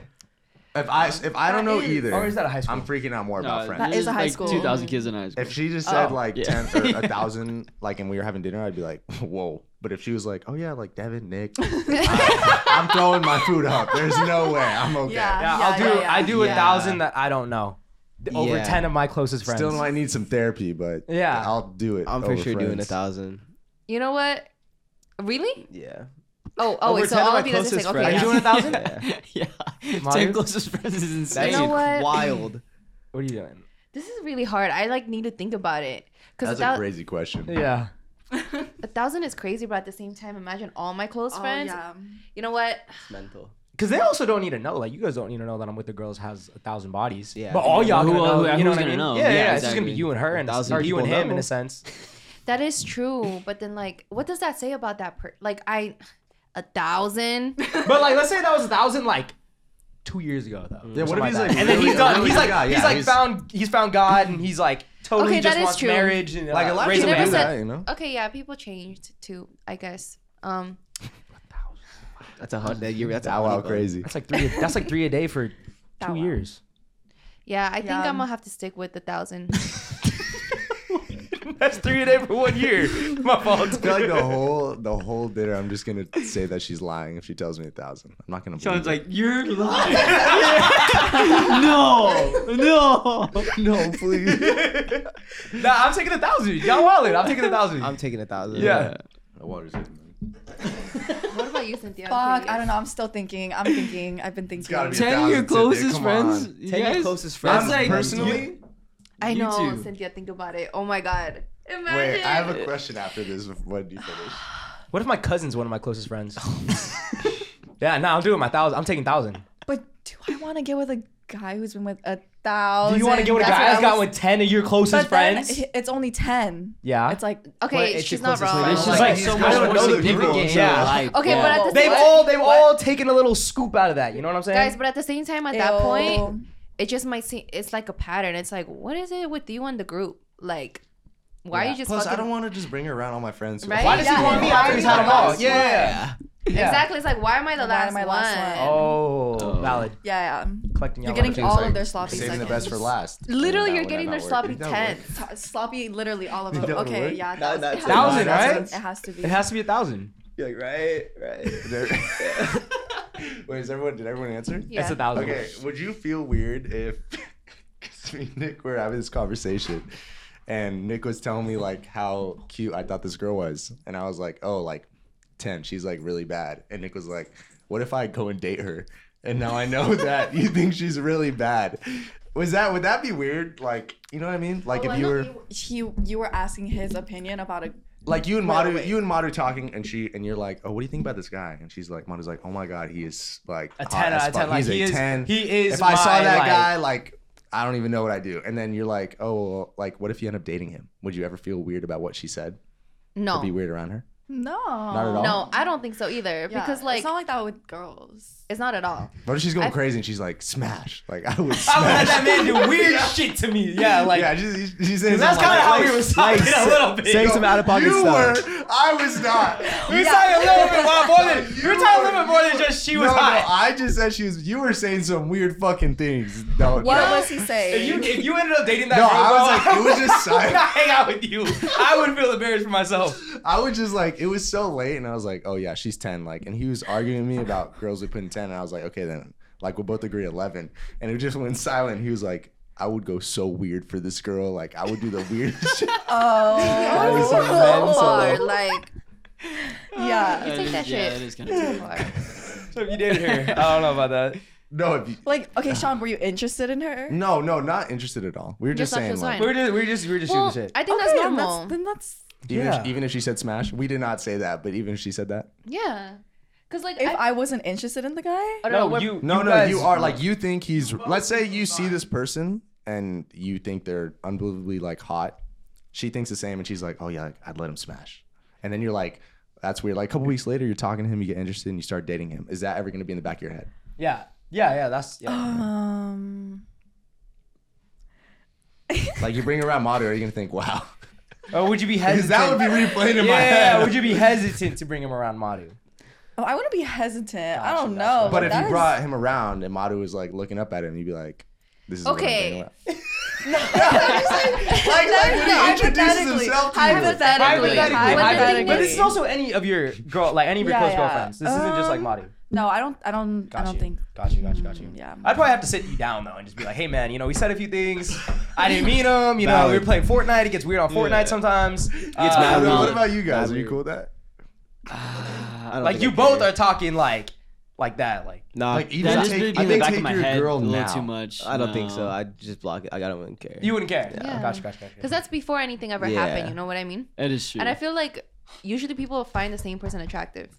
if I if I don't know either, Or is that a high school? I'm freaking out more about friends. That is a high Uh, like school. Two thousand kids in high school. If she just said Oh, like ten yeah. or a thousand, like, and we were having dinner, I'd be like, whoa. But if she was like, oh yeah, like Devin, Nick, I, am throwing my food up. There's no way I'm okay. yeah, I'll do. yeah, yeah. I do a Yeah. thousand that I don't know. Th- Over Yeah. ten of my closest friends. Still might need some therapy, but Yeah. I'll do it. I'm for over sure doing a friends. thousand. You know what? Really? Yeah. Oh, oh, Over so 10 of all my of you guys are closest saying, okay. friends. yeah. you doing a thousand? yeah, Mario? ten closest friends is insane. You know what? Wild. What are you doing? This is really hard. I like need to think about it. Because That's a, a thou- crazy question. Yeah. a thousand is crazy, but at the same time, imagine all my close Oh, friends. yeah. You know what? It's mental. Cause they also don't need to know. Like you guys don't need to know that I'm with the girls has a thousand bodies. Yeah. But all y'all Who- gonna know. who- you know what who's I mean? gonna know? Yeah, yeah. Yeah, It's just gonna be exactly. you and her, and thousand or you and people him in know. a sense. That is true. But then, like, what does that say about that? Per- like, I, a thousand. But like, let's say that was a thousand like two years ago though. Yeah, what if Something he's that. like and then he's really- done. really He's like, good guy? he's Yeah, like he's- found. He's found God, and he's like totally Okay, that just is wants true. marriage and Like a lot of raise people baby. do that. you know? okay, yeah, people changed too. I guess. Um, That's a hundred. You're that's Wow, wow, crazy. That's like three. That's like three a day for two years. yeah, I think Yeah. I'm gonna have to stick with the thousand. That's three a day for one year. My fault. I feel like the whole the whole dinner, I'm just gonna say that she's lying if she tells me a thousand. I'm not gonna. Sean's believe like, you're lying. no, no. it. no, please. Nah, I'm taking a thousand. Y'all wild. I'm taking a thousand. I'm taking a thousand. yeah. the water's hitting me. what about you, Cynthia? I'm Fuck, I don't know. I'm still thinking. I'm thinking. I've been thinking. gotta be- Ten of Thousands, your dude, closest come friends. on. you Ten of guys- your closest that's friends. like- Personally, I You know, too. Cynthia. Think about it. Oh my god. Imagine. wait. I have a question after this. When you finish, What if my cousin's one of my closest friends? yeah, nah, I'm doing my thousand. I'm taking thousand. But do I want to get with a guy who's been with a thousand? Do you want to get with a Oh, That's guy what that's I got was- with ten of your closest But then friends? h- it's only ten. yeah. It's like Okay, it's she's your not closest wrong. friend. It's Like, just like so I much don't more know the significant people, in so- your life. Okay, but at the they've same all they've all taken a little scoop out of that. You know what I'm saying? guys, but at the same time, at that Ew. point, it just might seem it's like a pattern. It's like, what is it with you and the group? Like, why are you just plus I fucking- don't want to just bring her around all my friends. Right? why does Yeah. he want me after he's had them all? Yeah. Yeah. Exactly. It's like, why am I the Why last am I one? last one? Oh, valid. yeah, yeah. Collecting You're y'all getting opportunities. all of their sloppy Saving seconds. the best for last. Literally, That you're would getting their not work. sloppy That would work. tens. S- sloppy, literally all of You them. don't Okay, work? yeah, that That- was- that's it a has- thousand, It right? has to be. It has to be a thousand. You're like, right, right. Wait, is everyone? Did everyone answer? Yeah. That's a thousand. Okay, would you feel weird if 'cause me and Nick were having this conversation and Nick was telling me like how cute I thought this girl was and I was like, "Oh, like 10. She's like really bad." And Nick was like, "What if I go and date her?" And now I know that you think she's really bad. Was that would that be weird? Like, you Oh, know what I mean? Like if you were He, you were asking his opinion about a like you and Right Madu, away. you and Madu talking, and she and you're like, oh, what do you think about this guy? And she's like, Madu's like, oh my god, he is like A hot 10 as out of fuck. 10, like, He's he a is- ten. he is If I saw my, that like- guy, like I don't even know what I do. And then you're like, oh, well, like what if you end up dating him? Would you ever feel weird about what she said? No. Or be weird around her? No. at all? No, I don't think so either. Yeah, because like it's not like that with girls. it's not at all. What if she's going I- crazy and she's like, smash? Like I would. Smash. I would let that man do weird shit to me. Yeah, like yeah, she's, she's saying that's something kind of how like- we were talking like, a little bit. Saying some out of pocket You stuff. were. I was not. we were talking a little bit more, more than we were talking a little bit more than just she was no, hot. no, I just said she was. You were saying some weird fucking things. No, What no. was he saying? If you if you ended up dating that No, girl, I was bro, like, it was just I would silent. not hang out with you. I would feel embarrassed for myself. I was just like, it was so late, and I was like, oh yeah, she's ten. Like, and he was arguing with me about girls who put in ten, and I was like, okay then, like we'll both agree eleven. And it just went silent. He was like, I would go so weird for this girl. Like, I would do the weirdest shit. Oh, was so like, man, so- far, like Yeah. you That take is- that yeah, that shit is too kinda weird. far. So if you dated her, I don't know about that. No, if you, Like, okay, Sean, were you interested in her? no, no, not interested at all. We were just Just not saying feels like, We were just we were just we were just Well, shooting shit. I think Okay, that's then normal. Then that's even, Yeah. if, even if she said smash, we did not say that, but even if she said that, yeah, because like if I, I wasn't interested in the guy. I don't know, No, we're- you No, you no, guys- you are like you think he's. Let's say you see this person and you think they're unbelievably like hot. She thinks the same, and she's like, "Oh yeah, like, I'd let him smash." And then you're like, "That's weird." Like a couple weeks later, you're talking to him, you get interested, and you start dating him. Is that ever going to be in the back of your head? yeah yeah yeah. That's yeah. Um. Like you bring around Madu, are you going to think, "Wow"? Or would you be Because hesitant? that would be replaying in yeah, my yeah, head. yeah. Would you be hesitant to bring him around Madu? Oh, I wouldn't be hesitant. I Gotcha, don't gotcha. know. but if that you is- brought him around and Madu was like looking up at him, you'd be like, "This is what I'm Okay. bringing around." like, when he introduces himself to you. hypothetically, Hypothetically. Hypothetically. But this is also any of your girl, like any of your Yeah, close yeah. girlfriends. This isn't just like Um, Madu. no, I don't. I don't. Got I don't you. think. Mm, Got you. Got you. Got you. yeah. I'd probably have to sit you down though and just be like, "Hey man, you know, we said a few things. I didn't mean them. You know, we were playing Fortnite. It gets weird on Fortnite sometimes. Um, It's Madu, Madu. Uh, what about you guys? Are you cool with that? I don't Like think you I both care. are talking like, like that. Like Nah, Like even That just take, would even be in the back take of my your head. girl a little now. too much. I don't think so. No. I just block it. I don't even care. you wouldn't care. Yeah. Gotcha. Gotcha. Gotcha. because that's before anything ever happened. Yeah. You know what I mean? That is true. And I feel like usually people find the same person attractive.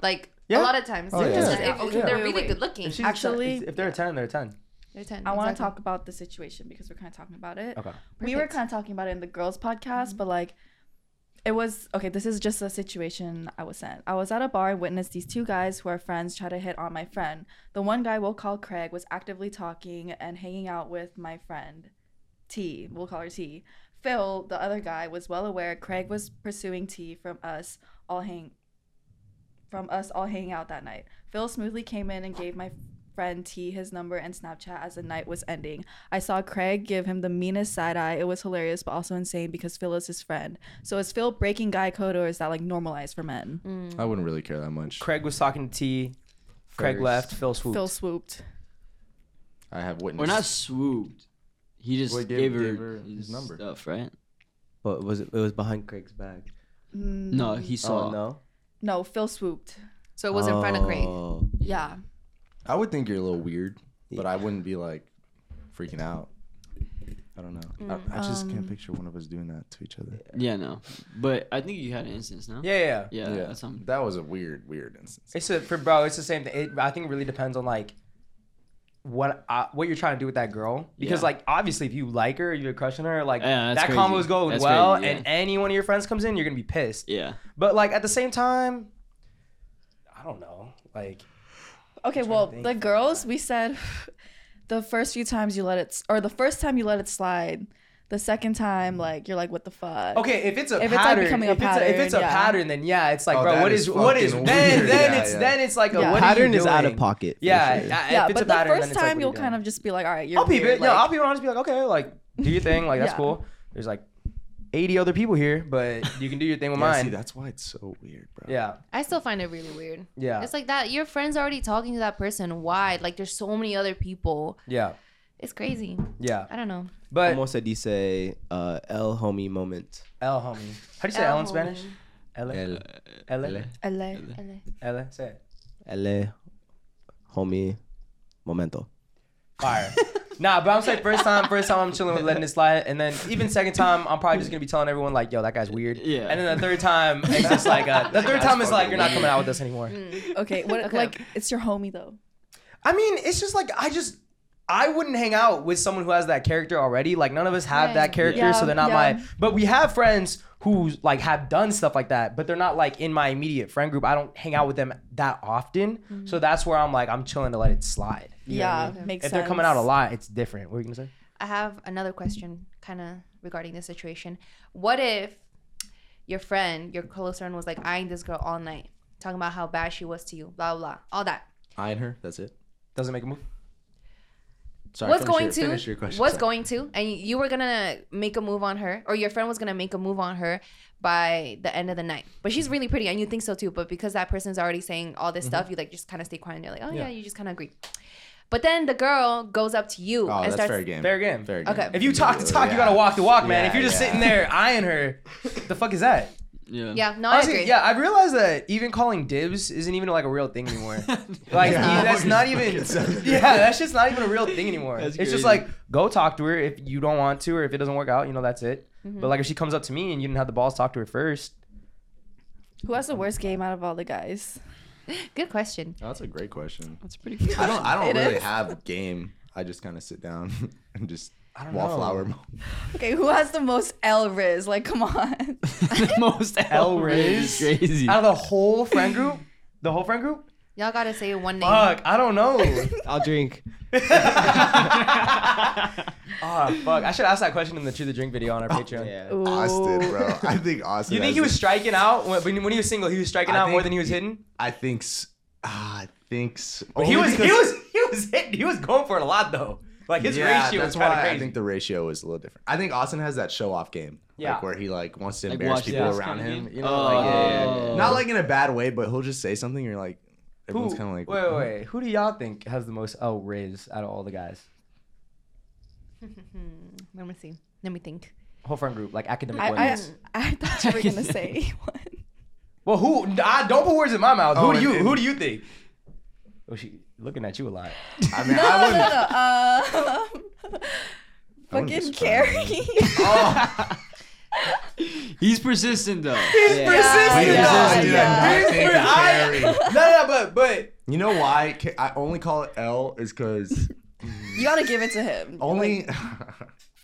Like Yeah. a lot of times, Oh, they're yeah. just Yeah. if- Okay, they're wait, really wait. good If looking. she's a ten- Actually- if they're a ten, they're a ten. They're ten. I want to exactly. talk about the situation because we're kind of talking about it. Okay. We were Perfect. kind of talking about it in the girls' podcast, but like, it was okay. This is just a situation I was sent. I was at a bar and witnessed these two guys who are friends try to hit on my friend. The one guy we'll call Craig was actively talking and hanging out with my friend T. We'll call her T. Phil, the other guy, was well aware Craig was pursuing T from us all hang from us all hanging out that night. Phil smoothly came in and gave my friend T his number and Snapchat as the night was ending. I saw Craig give him the meanest side eye. It was hilarious but also insane because Phil is his friend. So is Phil breaking guy code or is that like normalized for men? I wouldn't really care that much. Craig was talking to T. Craig First. left. Phil swooped. Phil swooped. I have witnessed. We're not swooped. He just Well, he gave- gave, her gave her his, his number. stuff, right? But was it? It was behind Craig's back. No, he saw. Oh no. No, Phil swooped. So it was in front of Craig. Oh. Yeah. I would think you're a little weird, but I wouldn't be like freaking out. I don't know. I, I just can't picture one of us doing that to each other. Yeah, no. But I think you had an instance, no? Yeah, yeah. yeah. Yeah, that's something. that was a weird, weird instance. It's a, for bro. It's the same thing. It, I think it really depends on like what I, what you're trying to do with that girl. Because Yeah. like obviously, if you like her, you're crushing her. Like Yeah, that's that combo's crazy. going That's well, crazy, yeah. and any one of your friends comes in, you're gonna be pissed. Yeah. But like at the same time, I don't know. Like Okay, trying to well, think the for girls, we said the first few times you let it, s- or the first time you let it slide, the second time, like, you're like, what the fuck? okay, if it's a If it's, like, pattern, becoming a if, It's a, if it's a pattern, yeah. pattern, then yeah, it's like Oh, bro, that what is is what is fucking then weird. then Yeah, it's yeah. then it's like a, Yeah. what Pattern are you is out of doing? pocket. for Yeah, sure. I- Yeah, if it's but a pattern, the then first it's like, time what are you you'll doing? kind of just be like, all right, you're I'll peep weird, it. no, like- I'll be honest. Be like, okay, like do your thing. Like that's Yeah. cool. There's like 80 other people here, but you can do your thing with Yeah, mine. see, that's why it's so weird, bro. yeah, I still find it really weird. Yeah. It's like that. Your friend's already talking to that person. Why? Like, there's so many other people. yeah, It's crazy. yeah. I don't know. But Como se dice uh, el homie moment? L homie, how do you say L, El in Spanish? homie. L L El, Uh, L LA. L. Say it. el homie momento. Fire. Nah, but I'm saying first time, first time I'm chilling with letting it slide, and then even second time I'm probably just gonna be telling everyone like, yo, that guy's weird. Yeah. And then the third time, it's just like uh, the third time is like you're not coming out with us anymore. okay, what like it's your homie though. I mean, it's just like I just I wouldn't hang out with someone who has that character already. Like none of us have that character, Yeah, so they're not yeah. my. But we have friends who like have done stuff like that, but they're not like in my immediate friend group. I don't hang out with them that often, so that's where I'm like I'm chilling to let it slide. You know what I Mm-hmm. Yeah, mean? makes If they're coming out sense. a lot, it's different. What were you gonna say? I have another question, kind of regarding this situation. What if your friend, your close friend, was like eyeing this girl all night, talking about how bad she was to you, blah blah, blah all that. Eyeing her. That's it. Doesn't make a move. Sorry. what's finish going your- to finish your question, what's sorry. going to and you- you were gonna make a move on her or your friend was gonna make a move on her by the end of the night but she's really pretty and you think so too but because that person's already saying all Mm-hmm. this stuff you like just kind of stay quiet and you're like oh yeah, Yeah. you just kind of agree but then the girl goes up to you Oh, and that's starts fair game. Fair game. Fair game. Okay. If you talk the talk, you Yeah. gotta walk the walk, man. Yeah, if you're just yeah. sitting there eyeing her, the fuck is that? Yeah. yeah no Honestly, i agree yeah, I've realized that even calling dibs isn't even like a real thing anymore. like Yeah. that's not even. Yeah, that's just not even a real thing anymore. That's it's crazy. just like go talk to her if you don't want to, or if it doesn't work out, you know that's it. But like if she comes up to me and you didn't have the balls to talk to her first, Who has the worst game out of all the guys? good question That's a great question. That's pretty cool. I don't. I don't It really is. have game. I just kind of sit down and just don't wallflower. mode. Okay, who has the most L riz? Like, come on. the most El outrageous, Riz? Crazy. out of the whole friend group, the whole friend group, y'all gotta say one name fuck, I don't know. I'll drink. Ah, fuck, I should ask that question in the True the Drink video on our Patreon. Yeah. Ooh. Austin, bro. I think Austin. You think has he was it. striking out when, when he was single? He was striking I out more think- than he was hitting. I think. s- ah, I think. s- But he only was he because- was he was hitting, he was going for it a lot though. Like his Yeah, ratio was that's kind of why crazy. I think the ratio is a little different. I think Austin has that show off game. Yeah. Like where he like wants to Like, embarrass watch people this around kinda him. game? You know, like yeah, yeah, yeah, Oh. yeah. not like in a bad way, but he'll just say something. You're like, who, everyone's kind of like, wait, wait, wait. Who do y'all think has the most L raise out of all the guys? let me see let me think Whole friend group, like academic I, I, ones. I thought you were going to say one. well, who? Nah, don't put words in my mouth. Oh, who do you? and- Who do you think? Oh, she looking at you a lot. I mean, No, I no, wouldn't. no. Um, wouldn't be fucking surprised. Carrie. Oh. He's persistent though. Yeah. Persistent, Wait, dog. persistent, yeah. dog. Thank you, I- Carrie. No, no, but but You know why Ca- I only call it L is because You got to give it to him. only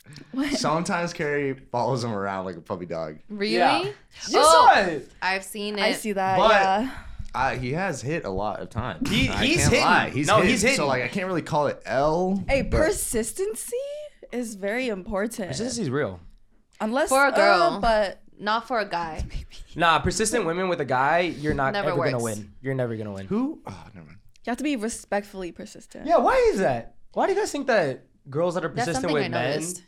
sometimes Carrie follows him around like a puppy dog. really Yeah. you Oh. saw it. i've seen it I see that. But- yeah. Uh, he has hit a lot of times. He- I he's can't hitting. lie. He's No, hit. he's hitting. So like I can't really call it L. Hey, but- persistency is very important. Persistency's real. Unless For a uh, girl. but not for a guy Nah, persistent women with a guy, you're not Never ever gonna works. win. You're never gonna win. who? Oh, never mind. you have to be respectfully persistent. Yeah, why is that? Why do you guys think that girls that are That's persistent something with I men, noticed.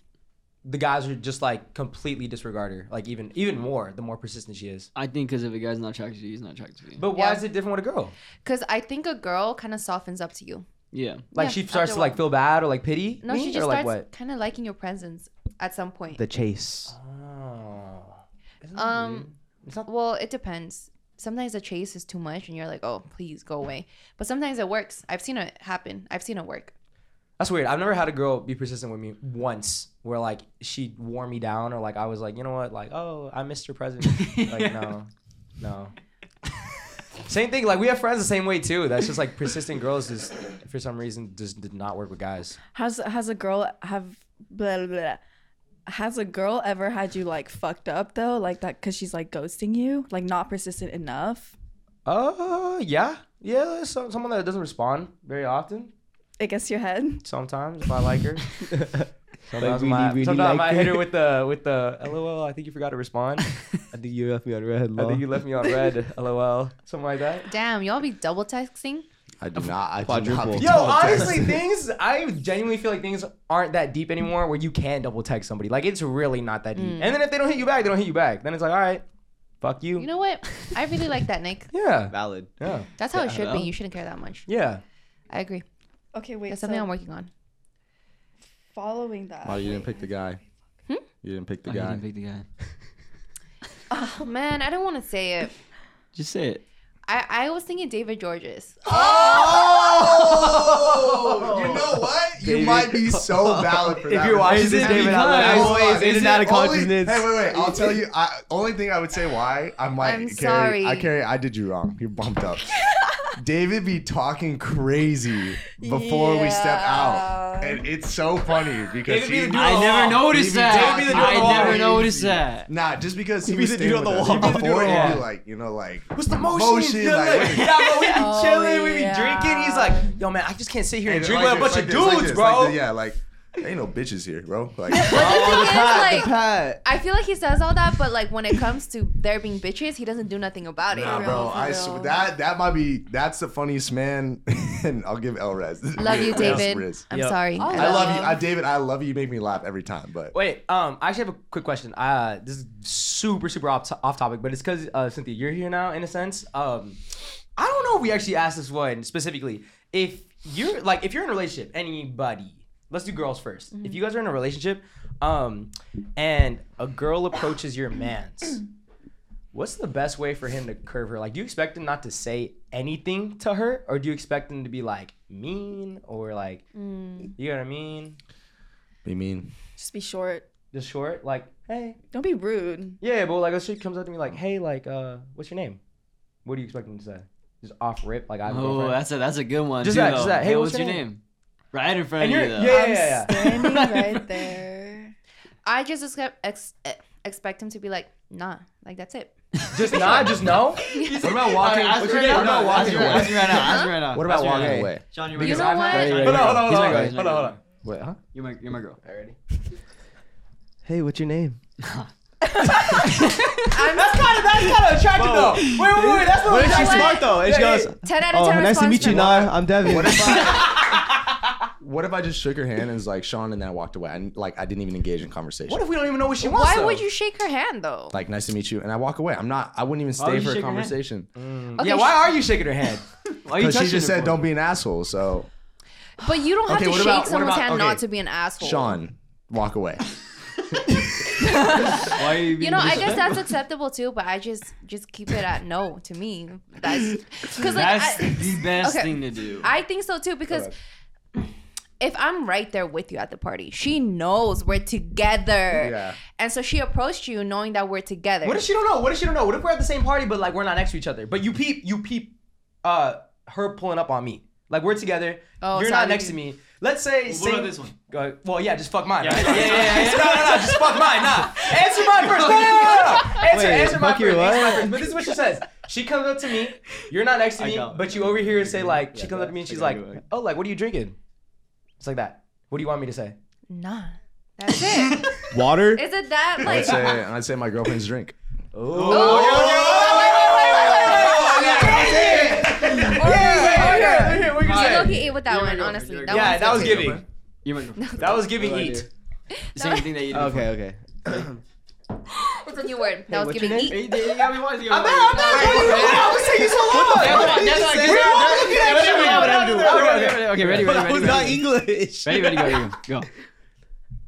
the guys are just like completely disregard her, like even even more the more persistent she is. I think because if a guy's not attracted to you, he's not attracted to you. But why Yeah. is it different with a girl? because i think a girl kind of softens up to you yeah. Like Yeah, she starts after to a like feel bad or like pity no me, she or just like starts kind of liking your presence at some point The chase. what? Oh. Isn't that weird? Um, It's not- well, it depends. Sometimes the chase is too much, and you're like, "Oh, please go away." But sometimes it works. I've seen it happen. I've seen it work. That's weird. I've never had a girl be persistent with me once where like she wore me down or like I was like, you know what, like, oh, I missed your present. like, no, no. same thing, like we have friends the same way too. That's just like persistent girls just for some reason just did not work with guys. Has has a girl have blah, blah, blah. has a girl ever had you like fucked up though? Like that cuz she's like ghosting you, like not persistent enough? Uh, yeah, yeah. So, someone that doesn't respond very often. It gets your head. Sometimes, if I like her, sometimes, really, my, really sometimes like I hit her her. with the with the LOL. I think you forgot to respond. I think you left me on red. I Law. think you left me on red. LOL, something like that. Damn, y'all be double texting. I do not. I do not. Quadruple. be Yo, double honestly, texted. things I genuinely feel like things aren't that deep anymore where you can double text somebody. Like it's really not that deep. And then if they don't hit you back, they don't hit you back. Then it's like, all right, fuck you. You know what? I really like that, Nick. yeah, Valid. yeah, That's how it should know. be. You shouldn't care that much. yeah. I agree. Okay, wait. That's something so I'm working on. following that. Why Oh, you didn't pick the guy? You didn't Oh, pick the I guy. didn't pick the guy. Oh man, I don't want to say it. Just say it. I, I was thinking David Georges. Oh! you know what? You might be so valid for If that. you're one. watching this, David, I Hold love you. on. Always in Is and it out of only- consciousness. Hey, wait, wait. I'll tell you. I, only thing I would say why I might I'm carry. sorry. I carry. I did you wrong. You bumped up. David be talking crazy before we step out, and it's so funny because David be he- the dude on the I never wall. noticed he be that. talking David be Oh, the dude crazy. on the wall. I never noticed that. Nah, just because he, He be was the dude staying on the with us. wall. He be the dude Before on the he'd be wall. like, you know, like What's the motion? Yeah, like, like, yeah, bro, we be Oh, chilling, we be yeah. drinking. He's like, yo, man, I just can't sit here and, And drink like with a this, bunch like of this, like dudes, this, bro. Oh, like the- yeah, like ain't no bitches here, bro. Like, The thing is, like, I feel like he says all that, but like when it comes to there being bitches, he doesn't do nothing about it. Nah, bro. I sw- that that might be that's the funniest man, and I'll give El Rez. Love you, Riz, David. Riz. I'm Yep. sorry. I, I love love- you, I, David. I love you. You make me laugh every time. But Wait, um, I actually have a quick question. Uh, this is super, super off, to- off topic, but it's because uh, Cynthia, you're here now in a sense. Um, I don't know if we actually asked this one specifically. If you're like, if you're in a relationship, anybody, let's do girls 1st If you guys are in a relationship, um, and a girl approaches your man's, what's the best way for him to curve her? Like, do you expect him not to say anything to her, or do you expect him to be like mean or like, you know what I mean? Be mean. Just be short. Just short, like, hey. Don't be rude. Yeah, but like a chick comes up to me like, "Hey, like, uh, what's your name? What do you expect me to say?" Just off rip, like, "I'm." Oh, that's a that's a good one. Just too, that, just though. that. Hey, what's your name? Right in And front of you. you're- Though. yeah, yeah, yeah, yeah. Standing right there. I just expect, ex- eh, expect him to be like, nah, like that's it. Just not, just no. What about walking- Alright, ask what's me your name? right now, What about ask me walking right away? now, ask me right now, ask me Huh? right now. What about Ask me right walking now. away? John, you're my Because girl. I'm Wait, not- wait, wait, Hold on, wait. hold on, hold He's on, my girl, hold he's my on, girl. hold on. Wait, huh? You're my you're my girl. Ready? Hey, what's your name? That's kind of that's kind of attractive Whoa. though. Wait, wait, wait. That's What what if she's smart though? And she goes, "Oh, nice to meet you, Nar. I'm Devin." What if I just shook her hand and was like Sean, and then I walked away, and like I didn't even engage in conversation. What if we don't even know what she wants? Why though? would you shake her hand though? Like nice to meet you, and I walk away. I'm not. I wouldn't even would stay you for a shake her hand? conversation. Mm, yeah, why are you shaking her hand? Why are you Because she touching just her said, for? "Don't be an asshole." So But you don't have Okay, to what shake about- what someone's about- hand okay. not to be an asshole. Sean, walk away. Why are You know, I guess that's acceptable too, but I just just keep it at no to me. That's because like That's I, the best okay. thing to do. I think so too because if I'm right there with you at the party, she knows we're together. Yeah. And so she approached you knowing that we're together. What if she don't know? What if she don't know? What if we're at the same party but like we're not next to each other? But you peep, you peep, uh, her pulling up on me. Like we're together. Oh, you're so not how do next to me. Let's say. Well, what same- about this one? Uh, well, yeah, just fuck mine. Yeah, right? sorry, yeah, yeah, sorry. yeah, yeah. No, no, no, just fuck mine. Nah, answer mine first. No, no, no, no. Answer, Wait, answer mine fuck your first. Answer mine what? first. But this is what she says. She comes up to me. You're not next to I me, got it. but you over here and say like. She Yeah, comes up to me and I she's got like, it. "Oh, like what are you drinking?" It's like that. What do you want me to say? Nah. That's it. Water. Is it that like I'd say, I'd say my girlfriend's drink. Oh, Oh, Yeah, yeah, what you you say? low-key ate with that one, honestly. That Yeah, one's that was okay. giving. You're my girl. That was giving heat. Same thing that you do. Okay, okay. It's a new word. That was what's giving your heat. I'm not, I'm not, I was taking so long. Okay, ready, ready, That was ready, not ready. English. Ready, ready, go, go. go.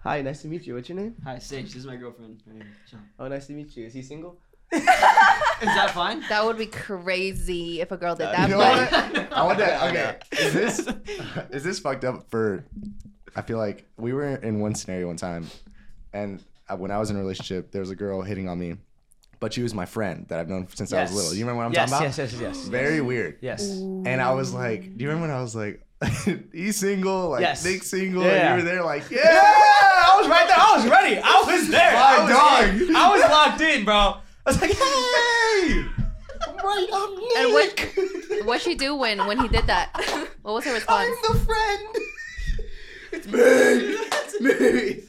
Hi, nice to meet you. What's your name? Hi, Sage. This is my girlfriend. Her name is Sean. Oh, nice to meet you. Is he single? Is that fine? That would be crazy if a girl did that. You know but what? I want to. Okay, is this is this fucked up for? I feel like we were in one scenario one time, and I- when I was in a relationship, there was a girl hitting on me, but she was my friend that I've known since I was Yes. little. You remember what I'm Yes, talking about? yes, yes, yes, yes. Very weird. Yes. And I was like, do you remember when I was like, he's single, like Yes. Nick's single, Yeah. and you were there like, Yeah, yeah, I was right there. I was ready. I was there. My I was dog. in. I was locked in, bro. I was like, hey. right, I'm Nick. And what what she do when when he did that? What was her response? the friend. it's me. It's me.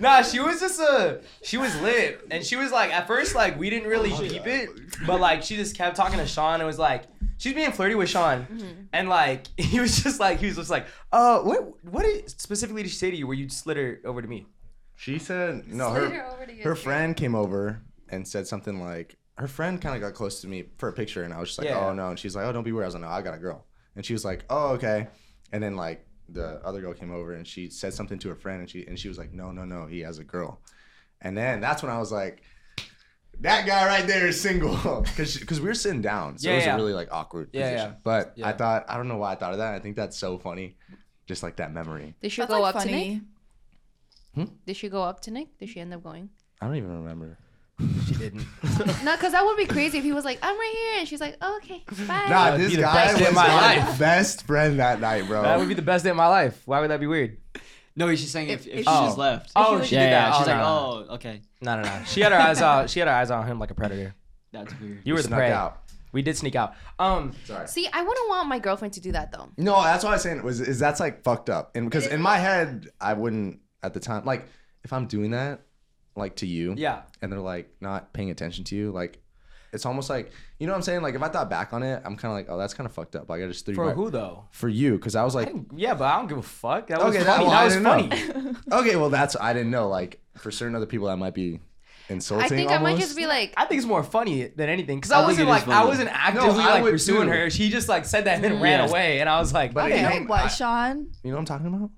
Nah, she was just a. She was lit, and she was like, at first, like we didn't really keep it, but like she just kept talking to Sean and was like, she's being flirty with Sean, Mm-hmm. and like he was just like, he was just like, uh, what, what did, specifically did she say to you where you slid her over to me? She said no. Slid Her, her over to you. her friend came over and said something like her friend kind of got close to me for a picture, and I was just like, Yeah. oh no. And she's like, oh don't be worried. I was like, no, I got a girl. And she was like, oh okay. And then like the other girl came over and she said something to her friend, and she and she was like, no no no, he has a girl. And then that's when I was like. That guy right there is single because we were sitting down, so Yeah, it was yeah. a really like awkward Yeah, position. yeah. But Yeah. I thought I don't know why I thought of that. I think that's so funny, just like that memory. Did she That's, go like, up funny. to Nick? Did she go up to Nick? Did she end up going? I don't even remember. She didn't. No, because that would be crazy if he was like, I'm right here. And she's like, okay, bye. Nah, would this Uh, be the guy best day was of my my life. best friend that night, bro. That would be the best day of my life. Why would that be weird? No, she's saying if, if, she Oh. just left. Oh, she yeah, did that. yeah, She's Oh, like, no, oh, okay, No, no, no. She had her eyes on. She had her eyes on him like a predator. that's weird. You were the snuck prey. out. We did sneak out. Um, Sorry. See, I wouldn't want my girlfriend to do that though. No, that's what I was saying. Was is that's like fucked up? And because in my head, I wouldn't at the time. Like if I'm doing that, like to you, yeah. and they're like not paying attention to you, like it's almost like you know what I'm saying. Like if I thought back on it, I'm kind of like, oh, that's kind of fucked up. Like I just threw you For right- who though? For you, because I was like, Yeah, but I don't give a fuck. That was Okay, that- funny. well, That, I was funny. didn't okay, well that's I didn't know. Like for certain other people, that might be insulting. I think I might almost. just be like, I think it's more funny than anything because I I, think wasn't it like is I funny. wasn't actively I like would pursuing too. her. She just like said that and then ran Yeah. away, and I was like, But Okay, you you know know, what, I- Sean? you know what I'm talking about?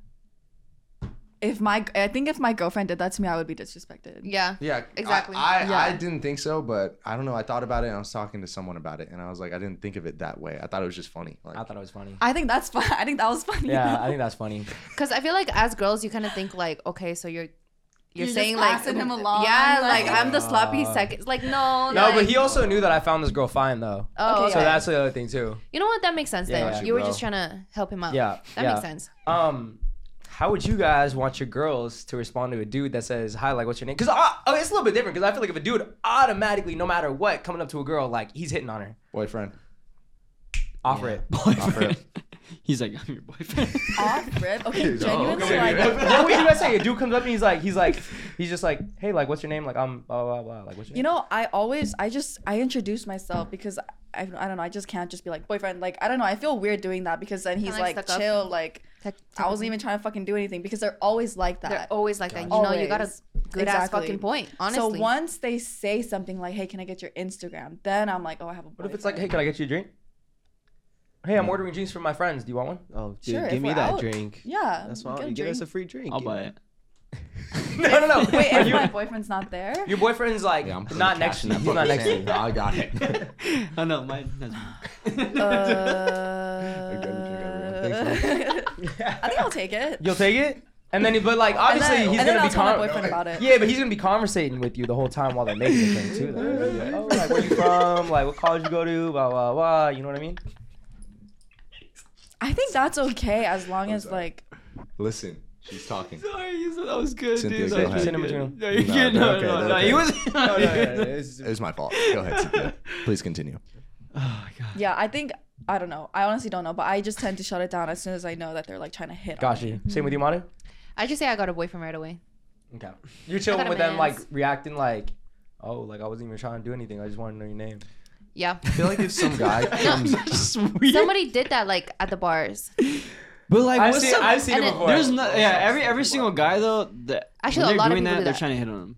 If my I think if my girlfriend did that to me, I would be disrespected. yeah. Yeah, Exactly. I, I, Yeah. I didn't think so, but I don't know. I thought about it, and I was talking to someone about it, and I was like, I didn't think of it that way. I thought it was just funny. Like, I thought it was funny. I think that's fun. I think that was funny. Yeah, I though. think that's funny. Because I feel like as girls, you kind of think like, okay, so you're. You're, You're just saying like passing him along, yeah, like- like, I'm the sloppy second. Like no, No, but like- he also knew that I found this girl fine though. Oh, Okay, So okay. that's the other thing too. you know what? That makes sense. Yeah, then yeah. you were Bro. just trying to help him out. Yeah, that yeah. makes sense. Um, how would you guys want your girls to respond to a dude that says, "Hi, like, what's your name?" Because oh, it's a little bit different. Because I feel like if a dude automatically, no matter what, coming up to a girl, like he's hitting on her, boyfriend. offer it. Boyfriend. He's like, I'm your boyfriend. Off rip. Okay, genuinely okay, like yeah. what would you guys say? A dude comes up and he's like, he's like, he's just like, "Hey, like, what's your name?" Like, I'm blah blah blah. Like, what's your You name? know, I always, I just, I introduce myself because I, I don't know, I just can't just be like boyfriend. Like, I don't know, I feel weird doing that because then he's Kinda like like stuck up. chill, like Tech- I wasn't even trying to fucking do anything because they're always like They're that. always like that. You know, you got a Always. good ass Exactly. fucking point. Honestly. So once they say something like, "Hey, can I get your Instagram?" Then I'm like, "Oh, I have a." What if it's like, "Hey, can I get you a drink?" Hey, Hmm. I'm ordering drinks for my friends. Do you want one? Oh, dude, Sure, if give me we're that out, drink. Yeah, That's we why get a you give us a drink. free drink. I'll you buy know? it. no, no, no. Wait, Are if you- my boyfriend's not there, Your boyfriend's like Yeah, I'm putting not the next cash to in you. that He's not fucking next to you. sand. I got it. oh no, mine. That's mine. uh, I think I'll take it. You'll take it, and then but like And obviously then, he's and then gonna I'll be tell my con- boyfriend about it. yeah, but he's gonna be conversating with you the whole time while they're making the thing too. though. They're gonna be Like, oh, like where you from? Like what college you go to? Blah blah blah. You know what I mean? I think that's okay as long as sorry. like Listen, she's talking. Sorry, you said that was good, Cynthia, dude. go That ahead. was Cinnamon good. Jam. No, No, you're good. they're okay, No, no, they're no. okay. He was. No, no, no, no, it's It was my fault. Go ahead, Cynthia. Please continue. Oh my god. yeah, I think I don't know. I honestly don't know, but I just tend to shut it down as soon as I know that they're like trying to hit. on Gosh, me. you. same with you, Manu. I just say I got a boyfriend right away. Okay, you're I chilling got a with them, like man's. reacting like, oh, like I wasn't even trying to do anything. I just wanted to know your name. Yeah. I feel like if some guy comes, Just weird. Somebody did that like at the bars. but like, I've what's seen, up? I've seen and it it- before. There's not. Yeah, every every single guy though. That, Actually, when a they're lot of doing people that, do They're that. trying to hit on him.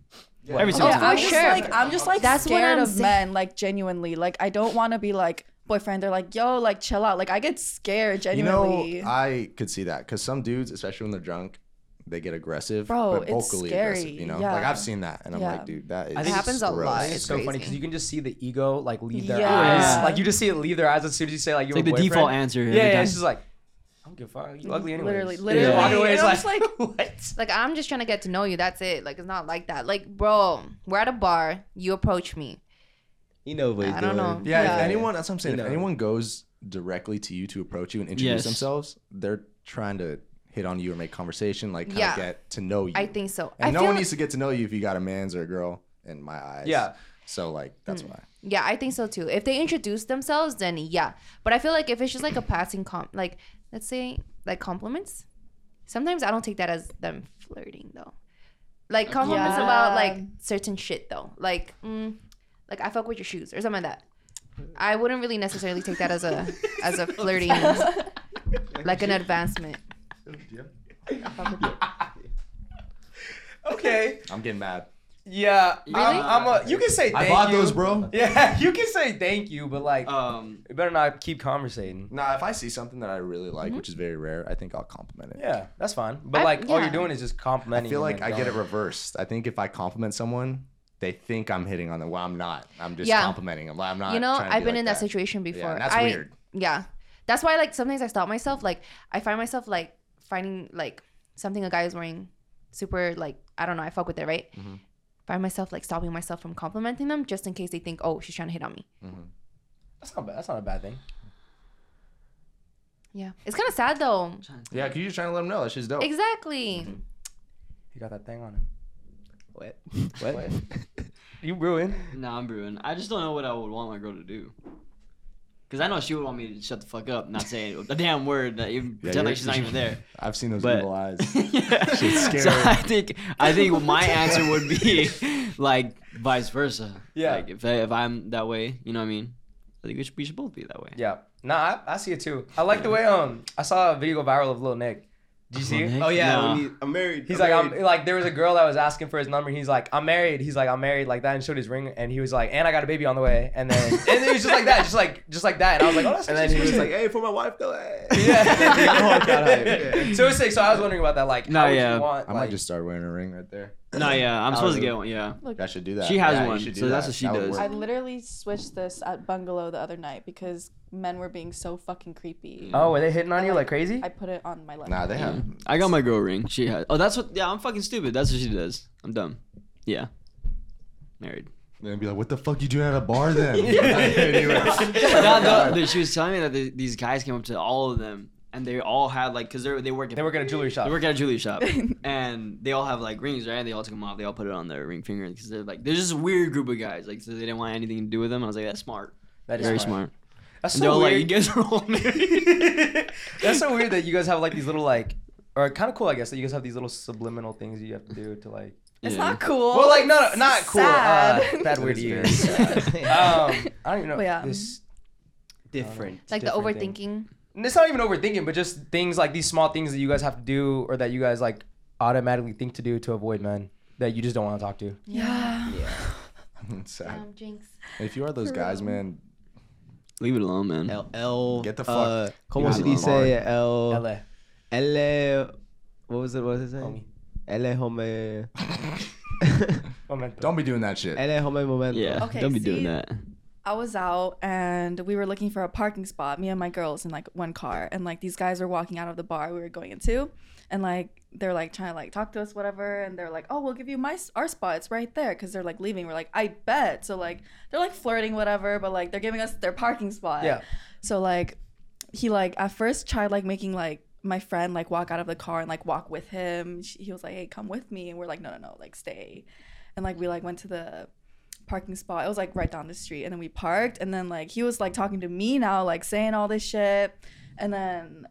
Every Oh, single yeah, time. I'm for just sure. like I'm just like That's what scared I'm of saying. men, like genuinely. Like I don't want to be like boyfriend. They're like, yo, like chill out. Like I get scared you know, genuinely. I could see that because some dudes, especially when they're drunk, they get aggressive, Bro, but it's vocally scary. aggressive. You know, Yeah. like I've seen that, and I'm Yeah. like, dude, that is I think it happens a gross. lot. It's, It's so funny crazy. because you can just see the ego like leave their Yeah. eyes. Like you just see it leave their eyes as soon as you say like you Like were the default boyfriend. answer. every Yeah, yeah, time. it's just like, I don't give a fuck. You ugly anyway. literally, Yeah. literally. Walk away. It's And I'm like, just like, what? Like I'm just trying to get to know you. That's it. Like it's not like that. Like bro, we're at a bar. You approach me. You know what he's I don't know. doing. Yeah, Yeah. if anyone, that's what I'm saying. You if know. anyone goes directly to you to approach you and introduce Yes. themselves, they're trying to hit on you or make conversation, like kind Yeah. of get to know you. I think so. And I no feel one needs to get to know you if you got a man's or a girl in my eyes. Yeah. So like Hmm. that's why. Yeah, I think so too. If they introduce themselves, then yeah. But I feel like if it's just like a passing com, like let's say like compliments, sometimes I don't take that as them flirting though. Like compliments Yeah. about like certain shit though, like mm, like I fuck with your shoes or something like that. I wouldn't really necessarily take that as a as a flirting, like an advancement. Okay. I'm getting mad. Yeah. I'm, I'm a, you can say thank I bought you. those, bro. Yeah, you can say thank you, but like, Um, you better not keep conversating. Nah, if I see something that I really like, Mm-hmm. which is very rare, I think I'll compliment it. Yeah, that's fine. But I- like, all yeah. you're doing is just I complimenting. feel them like and I get it going. reversed. I think if I compliment someone, they think I'm hitting on them. Well, I'm not. I'm just Yeah. complimenting them. I'm not. you know, trying to I've be been like in that, situation Yeah, before. and that's I, weird. Yeah, that's why like sometimes I stop myself. Like I find myself like finding like something a guy is wearing, super like I don't know. I fuck with it, right? Mm-hmm. Mhm. Find myself like stopping myself from complimenting them just in case they think, oh, she's trying to hit on me. That's not bad. That's not a bad thing. Yeah, it's kind of sad though. Yeah, because you're just trying to let them know that shit's dope. Exactly. He got that thing on him. What? What? you brewing? Nah, I'm brewing. I just don't know what I would want my girl to do. Cause I know she would want me to shut the fuck up, not say a damn word, that even Yeah, pretend you're- like she's not even there. I've seen those But- evil eyes. She's scary. So I think I think my answer would be like vice versa. Yeah. Like if I, if I'm that way, you know what I mean. I think we should, we should both be that way. Yeah. Nah, I, I see it too. I like the way um I saw a video go viral of Lil Nick. Did you see it? Nick? Oh yeah, Nah. when he- I'm married. He's I'm like, I'm married. like, there was a girl that was asking for his number. And he's like, I'm married. He's like, I'm married, like that, and showed his ring. And he was like, and I got a baby on the way. And then, and it was just like that, just like, just like that. And I was like, oh, that's and then he was like, interesting. "Hey, for my wife though." hey." yeah. so it's like, so I was wondering about that, like, No, how would yeah. you want, I like, might just start wearing a ring right there. No, yeah, I'm I supposed to would- get one. Yeah. I should do that. She has Yeah, you one, should do so that's that. what she That would does. I work. literally switched this at bungalow the other night because men were being so fucking creepy. oh, were they hitting on you like crazy? I put it on my left. Uh, Nah, they have. I got my girl ring. She has. Oh, that's what. Yeah, I'm fucking stupid. That's what she does. I'm dumb. Yeah. Married. They'd be like, "What the fuck you doing at a bar then?" Anyway. No, no, dude, she was telling me that the, these guys came up to all of them, and they all had like, cause they're, they work at they work at a jewelry shop. They work at a jewelry shop, and they all have like rings, right? And they all took them off. They all put it on their ring finger because they're like, there's this weird group of guys, like, so they didn't want anything to do with them. I was like, that's smart, that is very smart. smart. That's and they're so all weird. like, you guys are all married. That's so weird that you guys have like these little like, or kind of cool, I guess, that you guys have these little subliminal things you have to do to like. It's Yeah. not cool. Well, like, no, no not cool. Uh, Sad. bad word is to very use. um, I don't even know. But yeah. Mm-hmm. This, Different. Like the different overthinking. thing. It's not even overthinking, but just things like these small things that you guys have to do or that you guys like automatically think to do to avoid men that you just don't want to talk to. yeah. It's sad. Um, jinx. If you are those guys, man, Leave it alone, man. El, el, Get the fuck- Uh, como get se the fuck dice el? LA. El. What was it? What was his name? El home. Momento. don't be doing that shit. El home momento. Yeah, Okay, don't be doing see? that. I was out and we were looking for a parking spot, me and my girls in like one car. And like these guys were walking out of the bar we were going into. And like they're like trying to like talk to us, whatever. And they're like, oh, we'll give you my our spot. It's right there. Cause they're like leaving. We're like, I bet. So like they're like flirting, whatever. But like they're giving us their parking spot. Yeah. So like he like at first tried like making like my friend like walk out of the car and like walk with him. She, he was like, hey, come with me. And we're like, no, no, no, like stay. And like we like went to the parking spot. It was like right down the street, and then we parked, and then like he was like talking to me now, like saying all this shit, and then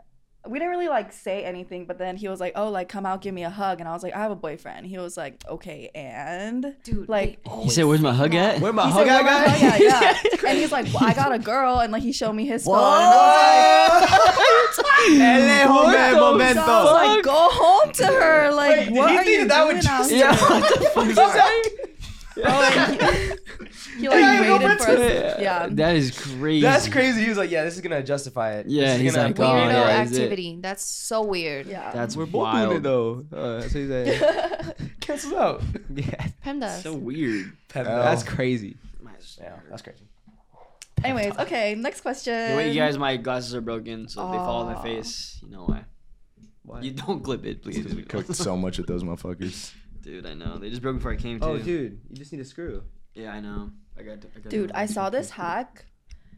we didn't really like say anything. But then he was like, "Oh, like come out, give me a hug," and I was like, "I have a boyfriend." He was like, "Okay, and Dude, like." they He said, "Where's my hug at?" Where my he hug said, I "Where my got? hug at?" yeah. and he's like, well, "I got a girl," and like he showed me his phone. And I was like, El home so I was momento. like, "Go home to her." Like, Wait, what he are think you that doing would out just- here? yeah, what the fuck is that? "Oh, He like waited for us. Yeah, Yeah. that is crazy. That's crazy. He was like, yeah, this is going to justify it. Yeah, This is he's gonna like, put me oh, in Weirdo a- yeah. is it- activity. That's so weird. Yeah. That's We're both wild. doing it though. Uh, that's what he said. Cancels out. yeah, Pemdas. So weird. Pep Oh. that's that's, crazy. yeah, that's crazy. Anyways, okay, next question. The way you guys, my glasses are broken, so if they fall on my Aw. face. You know why? Why? You don't clip it, please. We cooked so much with those motherfuckers. Dude, I know. They just broke before I came. Too. Oh, dude, you just need a screw. Yeah, I know. I got. To, I got Dude, to- I saw this hack.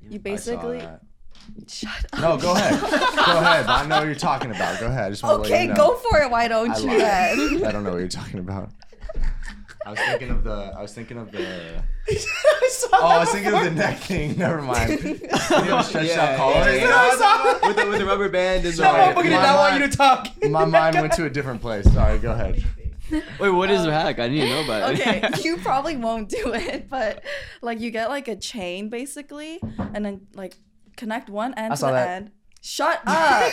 You I saw basically that. shut up. No, go ahead. go ahead. I know what you're talking about. Go ahead. I just want to let Okay, you know. go for it. Why don't I you? lied. Then? I don't know what you're talking about. I was thinking of the. I was thinking of the. I saw Oh, I was thinking of the neck thing. Never mind. You know, stretched Yeah, out collar. yeah, you yeah. know? I saw With the, with the rubber band and the. That motherfucker did My not want you mind- to talk. My mind went to a different place. Sorry. Go ahead. Wait, what is the hack? I need to know about it. Um, okay, you probably won't do it, but like you get like a chain basically, and then like connect one end I to saw the that. end. Shut up.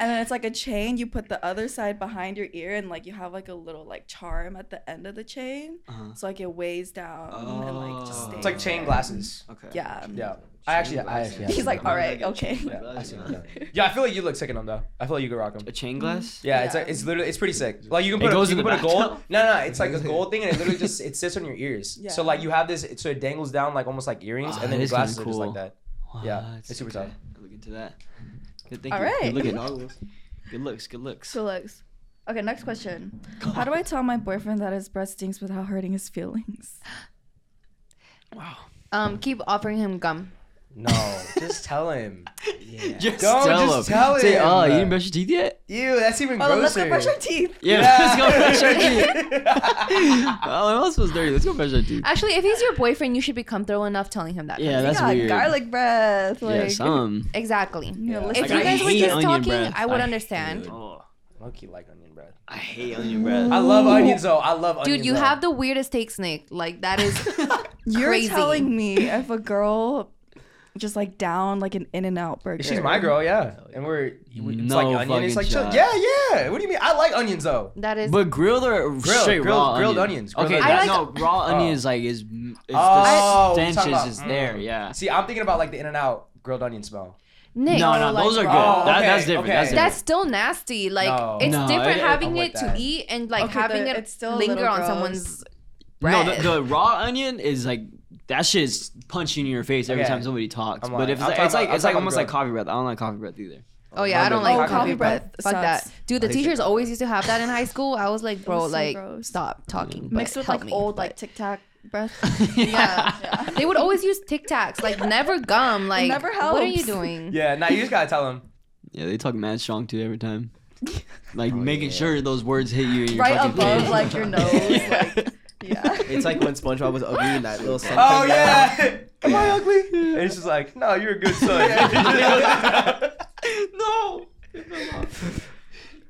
and then it's like a chain. You put the other side behind your ear, and like you have like a little like charm at the end of the chain, Uh-huh. so like it weighs down and like just Oh. stays. It's like chain there. glasses. Okay. Yeah. Yeah. I actually, I actually. He's like, all right, okay. Yeah, I actually have that. Yeah, I feel like you look sick in them though. I feel like you could rock them. A chain glass? Yeah, it's like, it's literally it's pretty sick. Like you can It put, a, goes you in can the put a gold. bathtub? No, no, it's like a gold thing, and it literally just it sits on your ears. Yeah. So like you have this, so it dangles down like almost like earrings, Oh, and that then your is kinda glasses are just cool. like that. Yeah, What? it's super Okay. tough. I'll Look into that. Good thinking. All Good right. looking. Good looks. Good looks. So looks. Okay, next question. How do I tell my boyfriend that his breath stinks without hurting his feelings? Um, keep offering him gum. No, just tell him. Just Don't tell just him. tell Say, him. oh, you didn't brush your teeth yet? Ew, that's even Oh, grosser. let's go brush our teeth. Yeah, let's go brush our teeth. oh, my mouth was dirty. Let's go brush our teeth. Actually, if he's your boyfriend, you should be comfortable enough telling him that. Yeah, You that's got weird. garlic breath. Like, yeah, some. Exactly. You know, If listen- you I guys were hate just onion talking, breath. I would I understand. Oh, Loki like onion bread. I hate onion breath. I love onions though. I love onions. Dude, you though. have the weirdest take snake. Like that is You're crazy. telling me if a girl just like down like an in and out burger. She's my girl, yeah. And we're we- it's No like onion. It's like fucking chill. shot. yeah, yeah. What do you mean? I like onions though. that is. But grilled or Grilled- straight grilled- raw grilled onion? onions, grilled Okay, onions. that, I no, like- raw Oh. onion is like is m- it's Oh, the we're talking stench is just about- there. mm. Yeah. See, I'm thinking about like the in and out grilled onion smell. Nick, No, no, those are good. raw. That, Okay, that's different. okay. That's different. That's still nasty. Like No. it's No, different it- it- having I'm with it to that. eat and like Okay, having the- it it's still a linger little on gross. someone's No, breath. the, the raw onion is like that shit is punching in your face every Okay. time somebody talks. I'm but lying. if it's I'm like talking it's like, about- it's I'm like talking almost about like coffee breath. I don't like coffee breath either. oh yeah, I don't Coffee like breath. coffee breath. Sucks. Fuck that, dude. The I hate teachers that. always used to have that in high school. I was like, bro, was so like gross. Mm-hmm. stop talking. but mixed with help like me. old But- like Tic Tac breath. yeah. They would always use Tic Tacs, like never gum. Like never What are you helps. doing? Yeah, now you just gotta tell them. Yeah, they talk mad strong too every time. Oh, Like making sure those words hit you in your Right fucking above, face. like, your nose, Yeah. yeah. It's like when SpongeBob was ugly and that little sun. Oh came down. yeah. Am I ugly? And it's just like, no, you're a good son. no.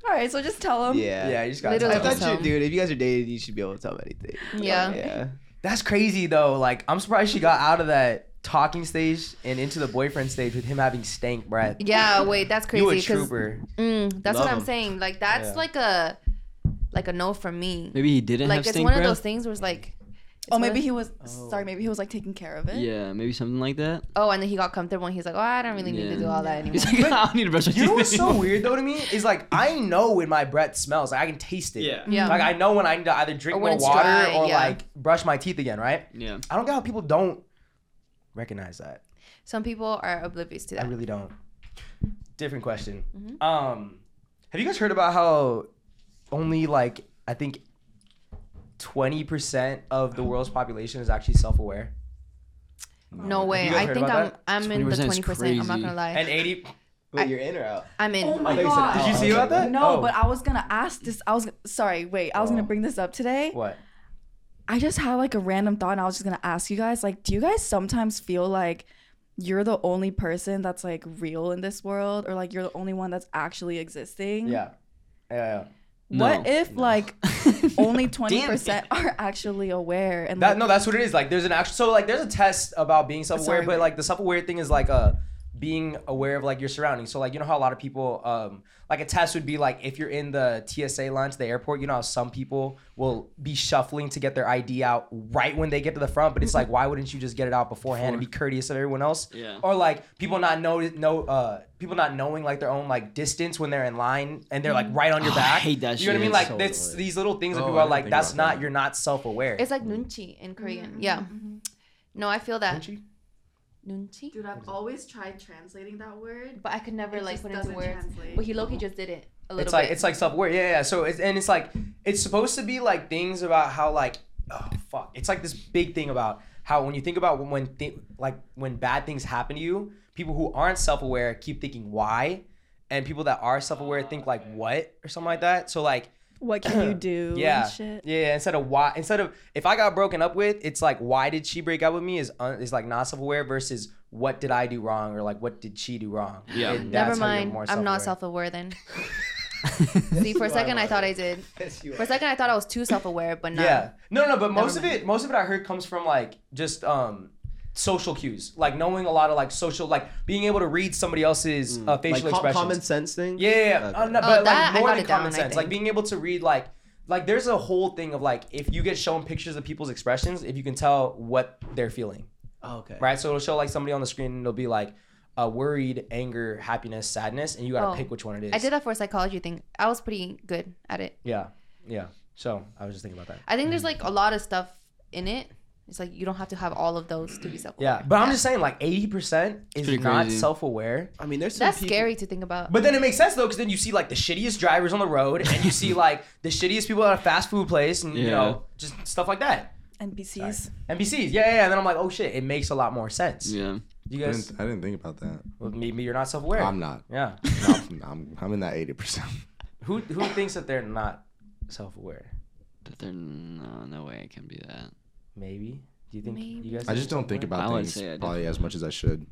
All right, so just tell him. Yeah. yeah, you just gotta Literally. I tell That's thought them. awesome. you, dude. If you guys are dating, you should be able to tell them anything. Yeah. Yeah. That's crazy though. Like, I'm surprised she got out of that talking stage and into the boyfriend stage with him having stank breath. Yeah, wait, that's crazy. You a 'cause- trooper. Mm, that's Love what I'm 'em. saying. Like that's Yeah. like a like a no from me. Maybe he didn't like have it's stink one breath. of those things where it's like Oh, one maybe of- he was sorry. Maybe he was like taking care of it. Yeah, maybe something like that. oh, and then he got comfortable and he's like, oh, I don't really need Yeah. to do all that anymore. He's like, I don't need to brush my teeth. You know what's so anymore." weird though to me is like I know when my breath smells. Like I can taste it. Yeah. Yeah. Like I know when I need to either drink Or when more it's water dry, or yeah. like brush my teeth again, right? Yeah. I don't get how people don't recognize that. Some people are oblivious to I that. really don't. Different question. Um, have you guys heard about how only like I think twenty percent of the world's population is actually self-aware, no way. You guys I heard think about I'm that? I'm in the 20% is twenty percent. I'm not crazy. gonna lie. and eighty. Wait, you're in or out? I'm in. Oh my I thought you said god. out. Did you see about that? No, Oh. but I was gonna ask this. I was sorry. Wait, I was gonna Oh. bring this up today. What? I just had like a random thought, and I was just gonna ask you guys, like, do you guys sometimes feel like you're the only person that's like real in this world, or like you're the only one that's actually existing? Yeah. Yeah. yeah. What No. if like only twenty percent are actually aware? And That like, no, that's what it is. Like there's an actual so like there's a test about being self-aware, Sorry, but wait. like the self-aware thing is like uh being aware of like your surroundings. So like you know how a lot of people um like a test would be like if you're in the TSA line to the airport, you know how some people will be shuffling to get their ID out right when they get to the front, but it's like why wouldn't you just get it out beforehand and be courteous of everyone else? Yeah. Or like people not know know uh people not knowing like their own like distance when they're in line and they're like right on your Oh, I back. hate that You know what I shit. mean? Like So that's annoying. these little things that Mm. Oh, people I are didn't like think that's about not that. you're not self-aware. It's like nunchi in Korean. Yeah. Mm-hmm. No, I feel that nunchi. dude, I've always tried translating that word. But I could never It like just put into doesn't words. translate. But he Loki just did it a little it's bit. like it's like self-aware yeah yeah so it's and it's like it's supposed to be like things about how like oh fuck it's like this big thing about how when you think about when thi- like when bad things happen to you people who aren't self-aware keep thinking why and people that are self-aware think like Oh, what or something like that so like What can you do? yeah And shit. yeah instead of why instead of if i got broken up with it's like why did she break up with me is un, is like not self-aware versus what did i do wrong or like what did she do wrong Yeah. And Never that's how you're mind. more I'm not self-aware. self-aware then. See, for a second I thought I did. For a second I thought I was too self-aware, but not. Yeah. No, no, but most of it, most of it I heard comes from like just um social cues, like knowing a lot of like social, like being able to read somebody else's uh, facial Mm. like, com- expressions. common sense thing. Yeah, yeah, yeah. Okay. Uh, no, Oh, but that like I more got than it down, common I sense, like think. being able to read like like there's a whole thing of like if you get shown pictures of people's expressions, if you can tell what they're feeling. Oh, okay. Right. So it'll show like somebody on the screen and it'll be like uh, worried, anger, happiness, sadness, and you gotta Oh. pick which one it is. I did that for a psychology thing. I was pretty good at it. Yeah. Yeah. So I was just thinking about that. I think there's like a lot of stuff in it. It's like you don't have to have all of those to be self. Yeah. But I'm just saying like 80% is pretty not crazy. self aware. I mean, there's some That's people- scary to think about. But then it makes sense though, because then you see like the shittiest drivers on the road, and you see like the shittiest people at a fast food place, and you Yeah. know just stuff like that. NPCs. NPCs, yeah, yeah, yeah. And then I'm like, oh shit, it makes a lot more sense. Yeah. You I guys, didn't, I didn't think about that. well, maybe you're not self-aware. I'm not. Yeah. No, I'm, I'm in that 80%. Who who thinks that they're not self-aware? But there, no, no way I can be that. Maybe. Do you think you guys? I just don't Oh. think about I would things say I probably as much as I should.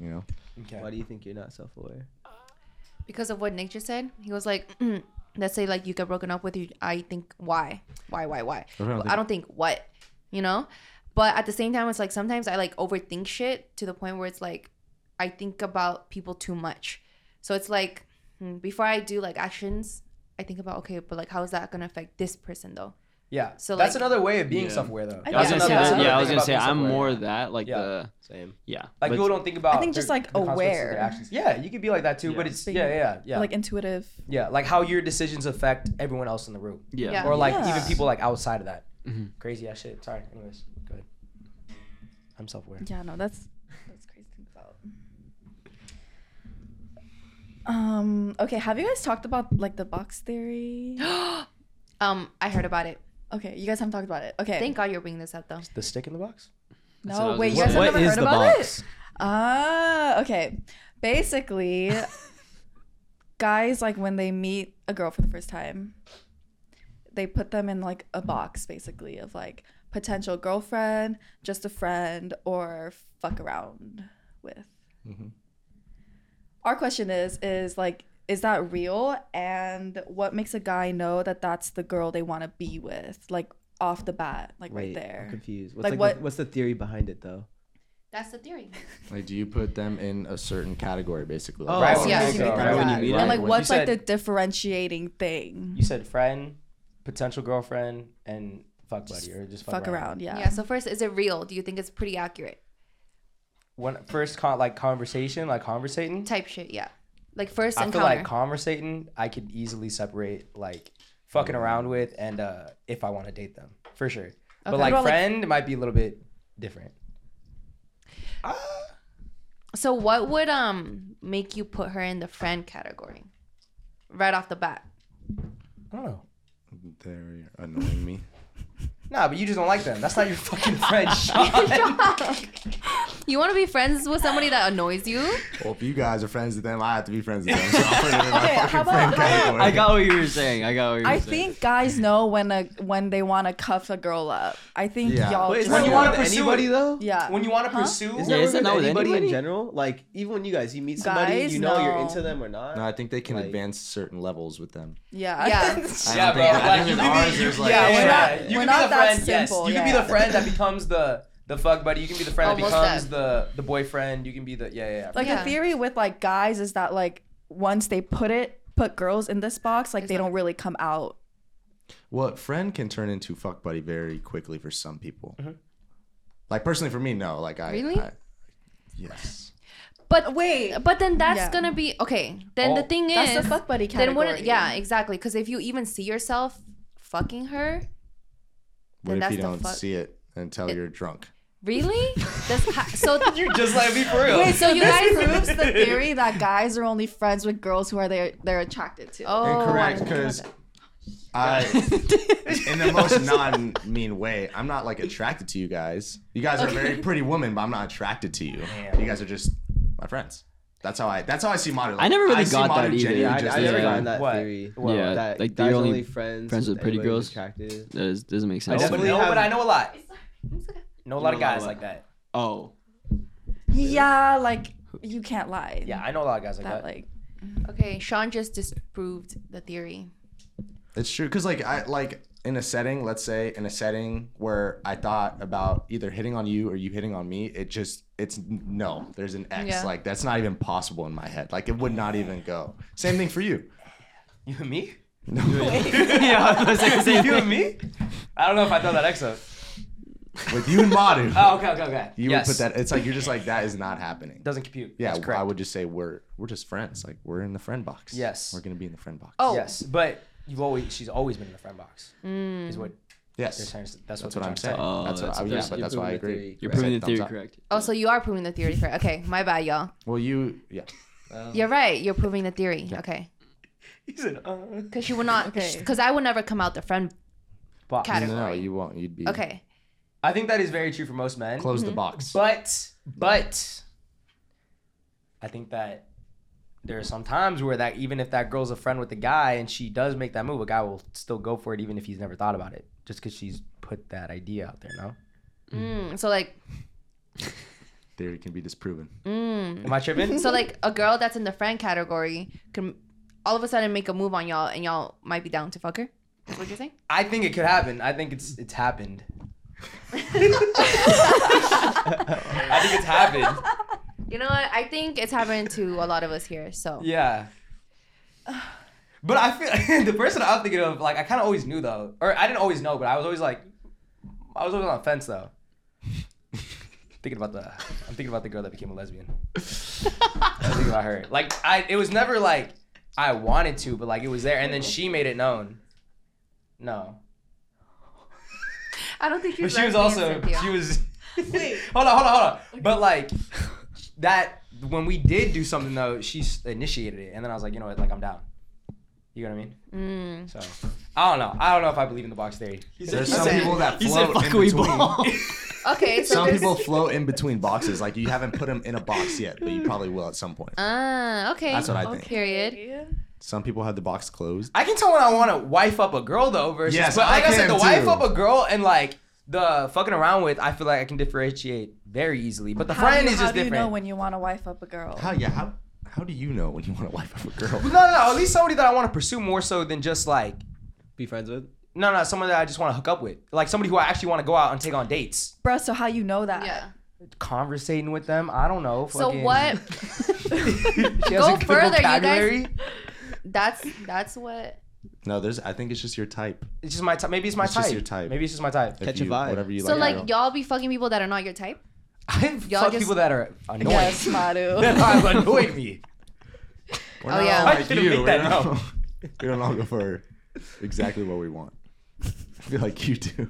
You know? Okay. Why do you think you're not self-aware? because of what Nick just said. He was like, "Mm, let's say like you get broken up with you. I think why, why, why, why? I don't I don't think what, you know. But at the same time, it's like sometimes I like overthink shit to the point where it's like I think about people too much. So it's like hmm, before I do like actions, I think about okay, but like how is that gonna affect this person though? Yeah. So So, that's like- another way of being Yeah. self-aware though. I I was That's gonna guess, say, another- that's that- another yeah, I thing was gonna about say being I'm self-aware. more that, like Yeah. the, Same. yeah. Like but- people don't think about. think just, their- like, the consequences of their aware. actions. Yeah, you could be like that too, but it's yeah, yeah, yeah, yeah. Like intuitive. yeah, like how your decisions affect everyone else in the room, yeah. Yeah. or like Yeah. even people like outside of that. Mm-hmm. Mhm. Crazy ass shit. Sorry. Anyways, go ahead. I'm self-aware. Yeah, no, that's that's crazy to think about. Um. Okay. Have you guys talked about like the box theory? Um, I heard about it. okay, you guys haven't talked about it. Okay. Thank God you're bringing this up though. The stick in the box. That's what I no, was wait. You gonna guys say. have never What is heard the about box? it? Ah. Okay. Basically, guys like when they meet a girl for the first time, they put them in like a box, basically of like potential girlfriend, just a friend, or fuck around with. Mm-hmm. our question is is like is that real and what makes a guy know that that's the girl they want to be with like off the bat like right Wait, I'm there confused. What's Like, like, what- The, what's the theory behind it though? That's the theory. Like, do you put them in a certain category, basically? Oh, Like, Right, yeah, you so meet right them, when you right. meet and Right. like what's You like the said- differentiating thing You said friend, potential girlfriend, and fuck buddy, or just fuck, fuck around yeah, Yeah. So first, is it real? Do you think it's pretty accurate? When first con- like conversation, like conversating. Type shit. Yeah. Like first I feel encounter. like conversating, I could easily separate like Mm. fucking around with and uh if I want to date them for sure. But Okay. like What about, like- friend it might be a little bit different. So what would um make you put her in the friend category? Right off the bat. I don't know. They're annoying me. Nah, but you just don't like them. That's not your fucking friend, Sean. You want to be friends with somebody that annoys you? Well, if you guys are friends with them, I have to be friends with them. So I'll put it in my Okay, how fucking friend about- how about- category. I got what you were saying. I got what you were I saying. think guys know when a when they want to cuff a girl up. I think Yeah. y'all. Wait, is just- when that you you wanna want pursue anybody it. though? yeah. when you want to Huh? pursue, Is Yeah, that is it with not with anybody, in anybody? general? Like even when you guys, you meet somebody, Guys, you know you're no. into them or not. No, I think they can Like- advance certain levels with them. Yeah. yeah. I yeah, don't bro. think- I Like, think you in could ours, be, there's, you- like- yeah, Yeah, we're we're not, not- you can we're be the not that friend. Yes, simple, you can be yeah. the friend that becomes the the fuck buddy. You can be the friend that Almost becomes that. the the boyfriend. You can be the yeah, yeah. yeah. Like Yeah. the theory with like guys is that like once they put it put girls in this box, like they don't really come out. Well, friend can turn into fuck buddy very quickly for some people. Mm-hmm. Like personally, for me, no. Like I Really? I- yes. But Wait. but then that's Yeah. gonna be okay. Then the Oh. thing That's the is, fuck buddy then category. when yeah, exactly. Because if you even see yourself fucking her, Then What if that's you the don't fuck- see it until you're drunk? really? That's ha- so. You're just like me for real. Wait, so you guys guys- proves the theory that guys are only friends with girls who are they they're attracted to. Oh, I Incorrect, didn't know because that. I, in the most non-mean way, I'm not like attracted to you guys. You guys are very pretty women, but I'm not attracted to you. You guys are just my friends. That's how I. That's how I see modern. I never really see got that modern either. genuinely Yeah, I, just I never as a- got that What? theory. Well, yeah, that like guys they're only, only friends, friends with pretty everybody who's girls. Attractive. That is, doesn't make I sense. know, to but me. no, definitely but I have- know a lot. It's okay. Know a lot of You guys know a lot about like that. Oh, Yeah, like you can't lie. Yeah, I know a lot of guys like That that. like Okay, Sean just disproved the theory. It's true because like I like in a setting, let's say in a setting where I thought about either hitting on you or you hitting on me, it just it's no. There's an X. Yeah. Like that's not even possible in my head. Like it would not even go. Same thing for you. you and me? No. yeah. I was like, you and me? I don't know if I thought that X up. With you and Madu. Oh, okay, okay, okay. You Yes. would put that. It's like you're just like that is not happening. Doesn't compute. Yeah, That's correct. I would just say we're we're just friends. Like we're in the friend box. Yes. we're gonna be in the friend box. Oh. Yes, but you've always she's always been in the friend box. Mm. Is what Yes. they're trying to- that's, That's what, what they're I'm trying saying. to say. Oh, that's what that's I okay. yeah, but You're that's why I proving the theory agree. You're I said proving the thumbs theory up. correct. Oh, so you are proving the theory correct. Okay, my bad, y'all. Well, you yeah. Oh. You're right. You're proving the theory. Okay. He's an uh, Because she will not. Okay. Because I will never come out the friend. box. Cat- No, Category. you won't. You'd be Okay. I think that is very true for most men. Close the box. Mm-hmm. But but I think that there are some times where that even if that girl's a friend with the guy and she does make that move, a guy will still go for it even if he's never thought about it, just because she's put that idea out there. No, Hmm. Mm, so like, theory can be disproven. Mm-hmm. mm. am I tripping? so like a girl that's in the friend category can all of a sudden make a move on y'all, and y'all might be down to fuck her. That's what you're saying. I think it could happen. I think it's it's happened. I think it's happened. You know what? I think it's happening to a lot of us here. So Yeah. But I feel the person I'm thinking of, like I kind of always knew though, or I didn't always know, but I was always like, I was always on the fence though. thinking about the, I'm thinking about the girl that became a lesbian. I'm thinking about her. Like I, it was never like I wanted to, but like it was there, and then she made it known. No, I don't think but she was also she was. hold on, hold on, hold on. But like that, when we did do something though, she s- initiated it, and then I was like, you know what, like I'm down. You know what I mean? Mm. So I don't know. I don't know if I believe in the box theory. There's he some said- people that he said, float "Fuck, in we between. ball." Okay. So Some there's- people float in between boxes. Like you haven't put them in a box yet, but you probably will at some point. Ah. Okay. That's what I think. Period. Some people have the box closed. I can tell when I want to wife up a girl though. Versus, Yes, but I like I, said, can the wife too. up a girl and like the fucking around with, I feel like I can differentiate very easily. But the How do friend you- is how just do you different. know when you want to wife up a girl? How yeah how how do you know when you want to wife up a girl? no, no, no. At least somebody that I want to pursue more so than just like Be friends with. no, no. Someone that I just want to hook up with, like somebody who I actually want to go out and take on dates, Bruh, so how you know that? Yeah. conversating with them. I don't know. So fucking- what? She has Go a good further, you guys. vocabulary. That's that's what. No, there's. I think it's just your type. It's just my type. Maybe it's my It's type. just your type. Maybe it's just my type. If Catch a you- vibe. Whatever you so like. like y'all be fucking people that are not your type. I Y'all fuck just- people that are annoying. Yes, Madu. that are annoying me. We're Oh, not yeah. all I like should've you. made We that don't- up. we don't all go for exactly what we want. I feel like you do.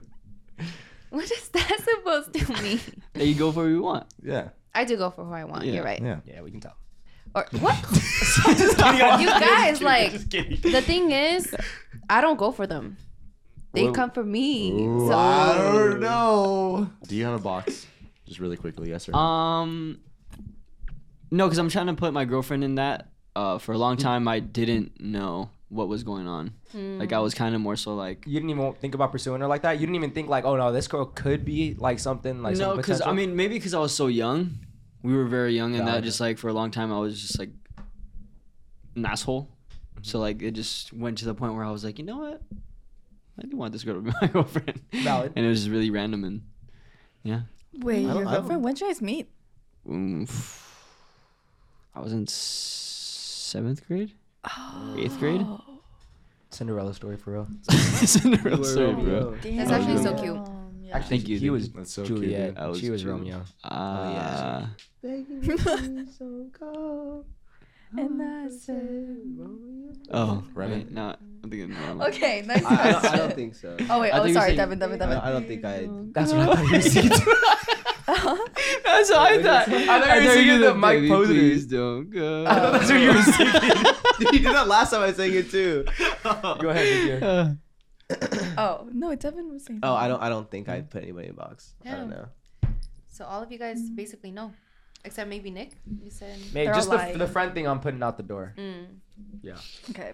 What is that supposed to mean? There you go for what you want. Yeah. I do go for who I want. Yeah, You're right. Yeah. Yeah, we can tell. Or what? Just kidding, I'm You just kidding, guys, just like, kidding. the thing is, I don't go for them. They Well- come for me. Ooh, so I don't know. Do you have a box? Just really quickly, yes or no? Um, no, because I'm trying to put my girlfriend in that. Uh, for a long time, I didn't know what was going on. Like I was kind of more so like. you didn't even think about pursuing her like that. You didn't even think like, oh no, this girl could be like something like no, some because I potential? mean, maybe because I was so young, we were very young, and that Gotcha. just like for a long time, I was just like an asshole. Mm-hmm. So like it just went to the point where I was like, you know what, I do want this girl to be my girlfriend. Valid. And it was just really random and yeah. Wait, your girlfriend? When did you guys meet? Oof. I was in s- seventh grade, Oh. eighth grade. Cinderella story for real. Cinderella story, Romeo. bro. That's actually so cute. Um, yeah. Actually, Thank you, He thank was That's so cute, Juliet. dude. I was she was Juliet. Romeo. Oh, Uh, Oh, And that's it. oh, Remy? right. No, I'm thinking. wrong. Okay, next I don't, question. I don't think so. I, oh wait, I oh think you're sorry, saying- Devin, Devin, Devin. I don't think I. That's what I thought you were saying. That's what I thought. I thought you were singing the Mike Posner. Please don't go. I thought that's what you were singing. you did that last time I sang it too. Go ahead, Vivian. Oh no, Devin was saying. Oh, I don't. I don't think I put anybody in a box. I don't know. So all of you guys basically know, except maybe Nick. You said Mate, They're just all the, lying. the friend thing I'm putting out the door. Okay.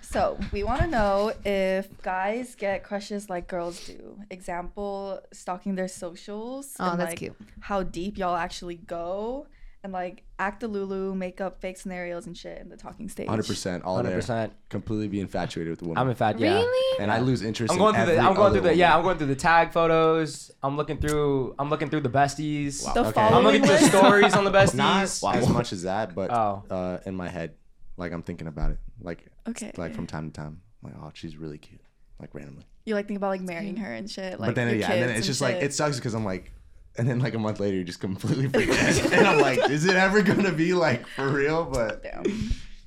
So we want to know if guys get crushes like girls do. Example, stalking their socials. Oh, and, that's like, cute. How deep y'all actually go, and like act the Lulu, make up fake scenarios and shit in the talking stage. 100%. All 100%. 100%. Completely be infatuated with a woman. I'm in fact, yeah. Really? and I lose interest I'm going in through the every I'm going other through the yeah, I'm woman. going through the tag photos. I'm looking through I'm looking through the besties. The Okay. Um, following I'm looking through the list? stories on the Not besties. as much as that, but Oh. uh, in my head, like I'm thinking about it, like Okay. like from time to time. Like, oh, she's really cute. like randomly. You like think about like marrying her and shit. Like but then your yeah, and then kids it's and just like shit. it sucks because I'm like, and then like a month later you just completely forget, and I'm like, is it ever gonna be like for real? But Damn.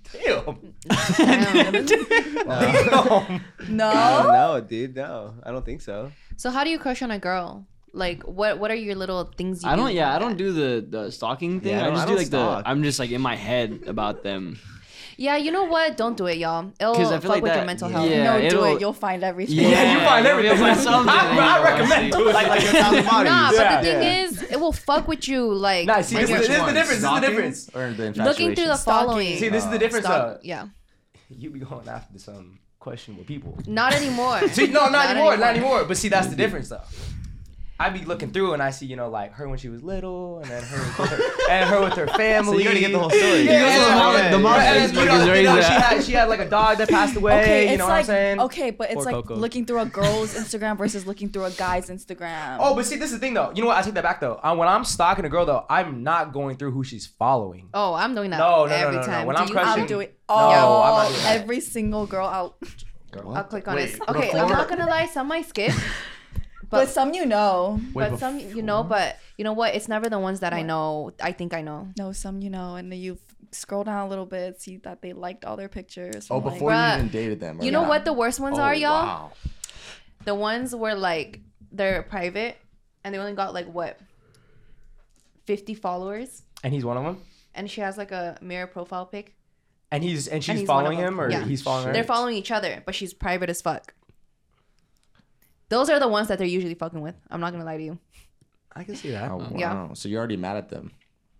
No. Uh, no, dude, no. I don't think so. So how do you crush on a girl? Like what what are your little things you I do don't. Yeah, about I don't do the the stalking thing. Yeah, I I don't- just I do don't like stalk. the. I'm just like in my head about them. that? Yeah, you know what? Don't do it, y'all. It'll Because I Oh, fuck feel like with your that- mental yeah. health. Yeah. no, do it'll- it. You'll find everything. you find you'll everything. find something, I- you I know, recommend honestly. doing like, like a thousand bodies. Yeah. Nah, but the thing is, it will fuck with you. Like Nah, see, when this is, you're this is the one? difference. This is the Stalking? difference. or the looking through the following. See, this is the difference. Stop. Though. Yeah, You be going after some questionable people. not anymore. See, no, not, anymore, not anymore. But see, that's the difference, though. I be looking through and I see, you know, like her when she was little, and then her, with her and her with her family. you gotta get the whole story. Yeah, You gotta yeah, get the mom- yeah. the mom's And then, you Facebook know, is you know, raised she that. had she had like a dog that passed away. Okay, you it's know like what I'm saying? okay, but it's Poor like Coco. looking through a girl's Instagram versus looking through a guy's Instagram. Oh, but see, this is the thing, though. You know what? I take that back, though. I, when I'm stalking a girl, though, I'm not going through who she's following. Oh, I'm doing that No, no, no, every no, no. time. When do I'm you, crushing- I'll do it. No, all. I'm not doing that. every single girl out. I'll click on Wait, it. Okay, before- I'm not gonna lie. Some might skip, But but some you know. but some you know. But you know what? It's never the ones that I know. I think I know. No, some you know, and then you scroll down a little bit, see that they liked all their pictures. Oh, from, like- before Bruh, you even dated them. You or know not. what the worst ones Oh, are, y'all? Wow. The ones where like they're private and they only got like what 50 followers And he's one of them. and she has like a mirror profile pic. And he's and she's he's one of following them. him, or Yeah. he's following her. They're following each other, but she's private as fuck. Those are the ones that they're usually fucking with. I'm not gonna lie to you. I can see that. Oh, wow. Yeah. So you're already mad at them.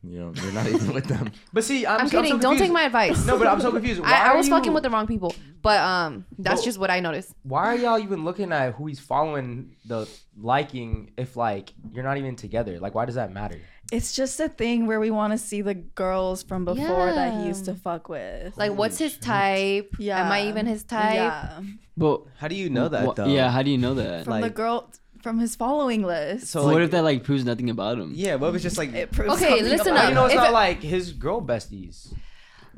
You know, you're not even with them. But see, I'm, I'm, so- so kidding. Don't take confused. my advice. No, but I'm so confused. Why I, I are was you, Oh. fucking with the wrong people, but um, that's just what I noticed. Why are y'all even looking at who he's following the liking if like you're not even together? Like, why does that matter? It's just a thing where we want to see the girls from before that he used to fuck with. Like, what's his type? Yeah. Am I even his type? yeah, But How do you know that wha- though? yeah, how do you know that? from the like- girl from his following list. So what like, if that like proves nothing about him? Yeah, what if it's just like it proves Okay, something listen about up. You know, it's If not it- like his girl besties.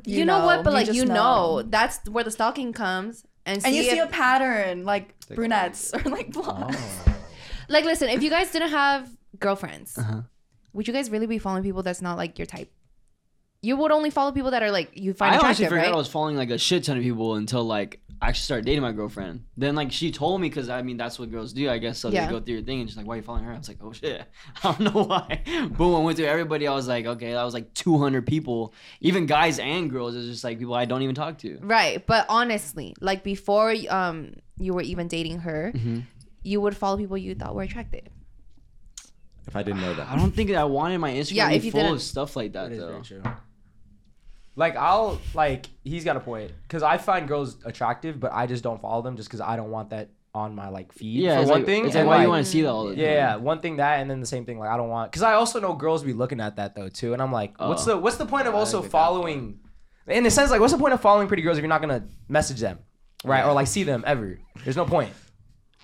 You, know, what? But like, just you know. that's where the stalking comes. And, and you see see if- a pattern like brunettes or like blondes. like, listen, if you guys didn't have girlfriends, Uh-huh. would you guys really be following people that's not like your type? You would only follow people that are like you find I honestly attractive, forgot right? I was following like a shit ton of people until like I actually started dating my girlfriend. Then like she told me because I mean that's what girls do, I guess. So Yeah. they go through your thing and she's like, "Why are you following her?" I was like, "Oh shit, I don't know why." But when I went through everybody, I was like, "Okay, that was like 200 people, even guys and girls. It's just like people I don't even talk to." Right, but honestly, like before um you were even dating her, Mm-hmm. you would follow people you thought were attractive. If I didn't know I that. don't think that I wanted my Instagram Yeah, to if be you full didn't- of stuff like that That is though. very true. Like I'll like he's got a point because I find girls attractive, but I just don't follow them just because I don't want that on my like feed. Yeah, for it's one like, thing. It's like and, why you like, want to see that all the Yeah, time. yeah, one thing that, and then the same thing. Like I don't want because I also know girls be looking at that though too, and I'm like, what's Oh. the what's the point of I also get that following? In a sense, like what's the point of following pretty girls if you're not gonna message them, right, or like see them ever? There's no point.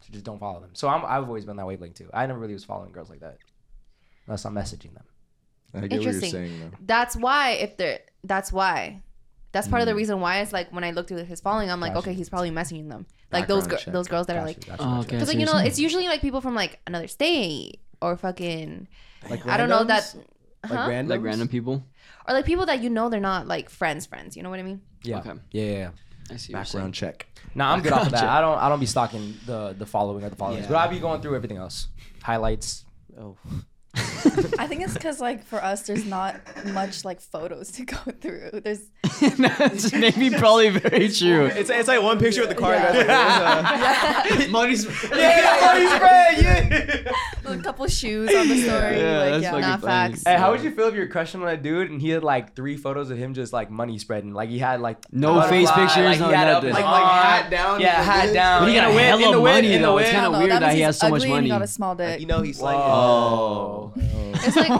So just don't follow them. So I'm, I've always been that wavelength too. I never really was following girls like that unless I'm messaging them. I get what you're Interesting. saying though. That's why if they're that's why. That's part of the reason why it's like when I look through his following, I'm like, Mm. Gotcha. okay, he's probably messaging them. Like those Background gir- check. those girls that Gotcha, are like gotcha, Oh, gotcha. okay. I Because see like you what know, you're it's usually like people from like another state or fucking like I don't know that huh? like random? Like random people. or like people that you know they're not like friends friends. You know what I mean? Yeah. Okay. Yeah, yeah, yeah. I see. what you're saying. Background check. Nah, I'm good off of that. Gotcha. I don't I don't be stalking the the following or the followers, but I be going through everything else, highlights. Oh. I think it's because like for us, there's not much like photos to go through. There's That's maybe probably very true. It's, it's like one picture with the car. Yeah. that's like, there's a- Money's. a couple shoes on the story. Yeah, like, that's yeah. fucking Nah, funny. facts. Hey, how would you feel if you're crushing on a dude and he had like three photos of him just like money spreading? Like he had like No face butterfly, pictures, like, he no had a- nothing. like, Like, like, hat down, hat down, yeah, like this? hat down. But he got in a the hella in the wind, money, in the though. It's wind. kinda I don't know, weird that he means has he's so much ugly and he money. got a small dick. you know he's like oh. Whoa. It's like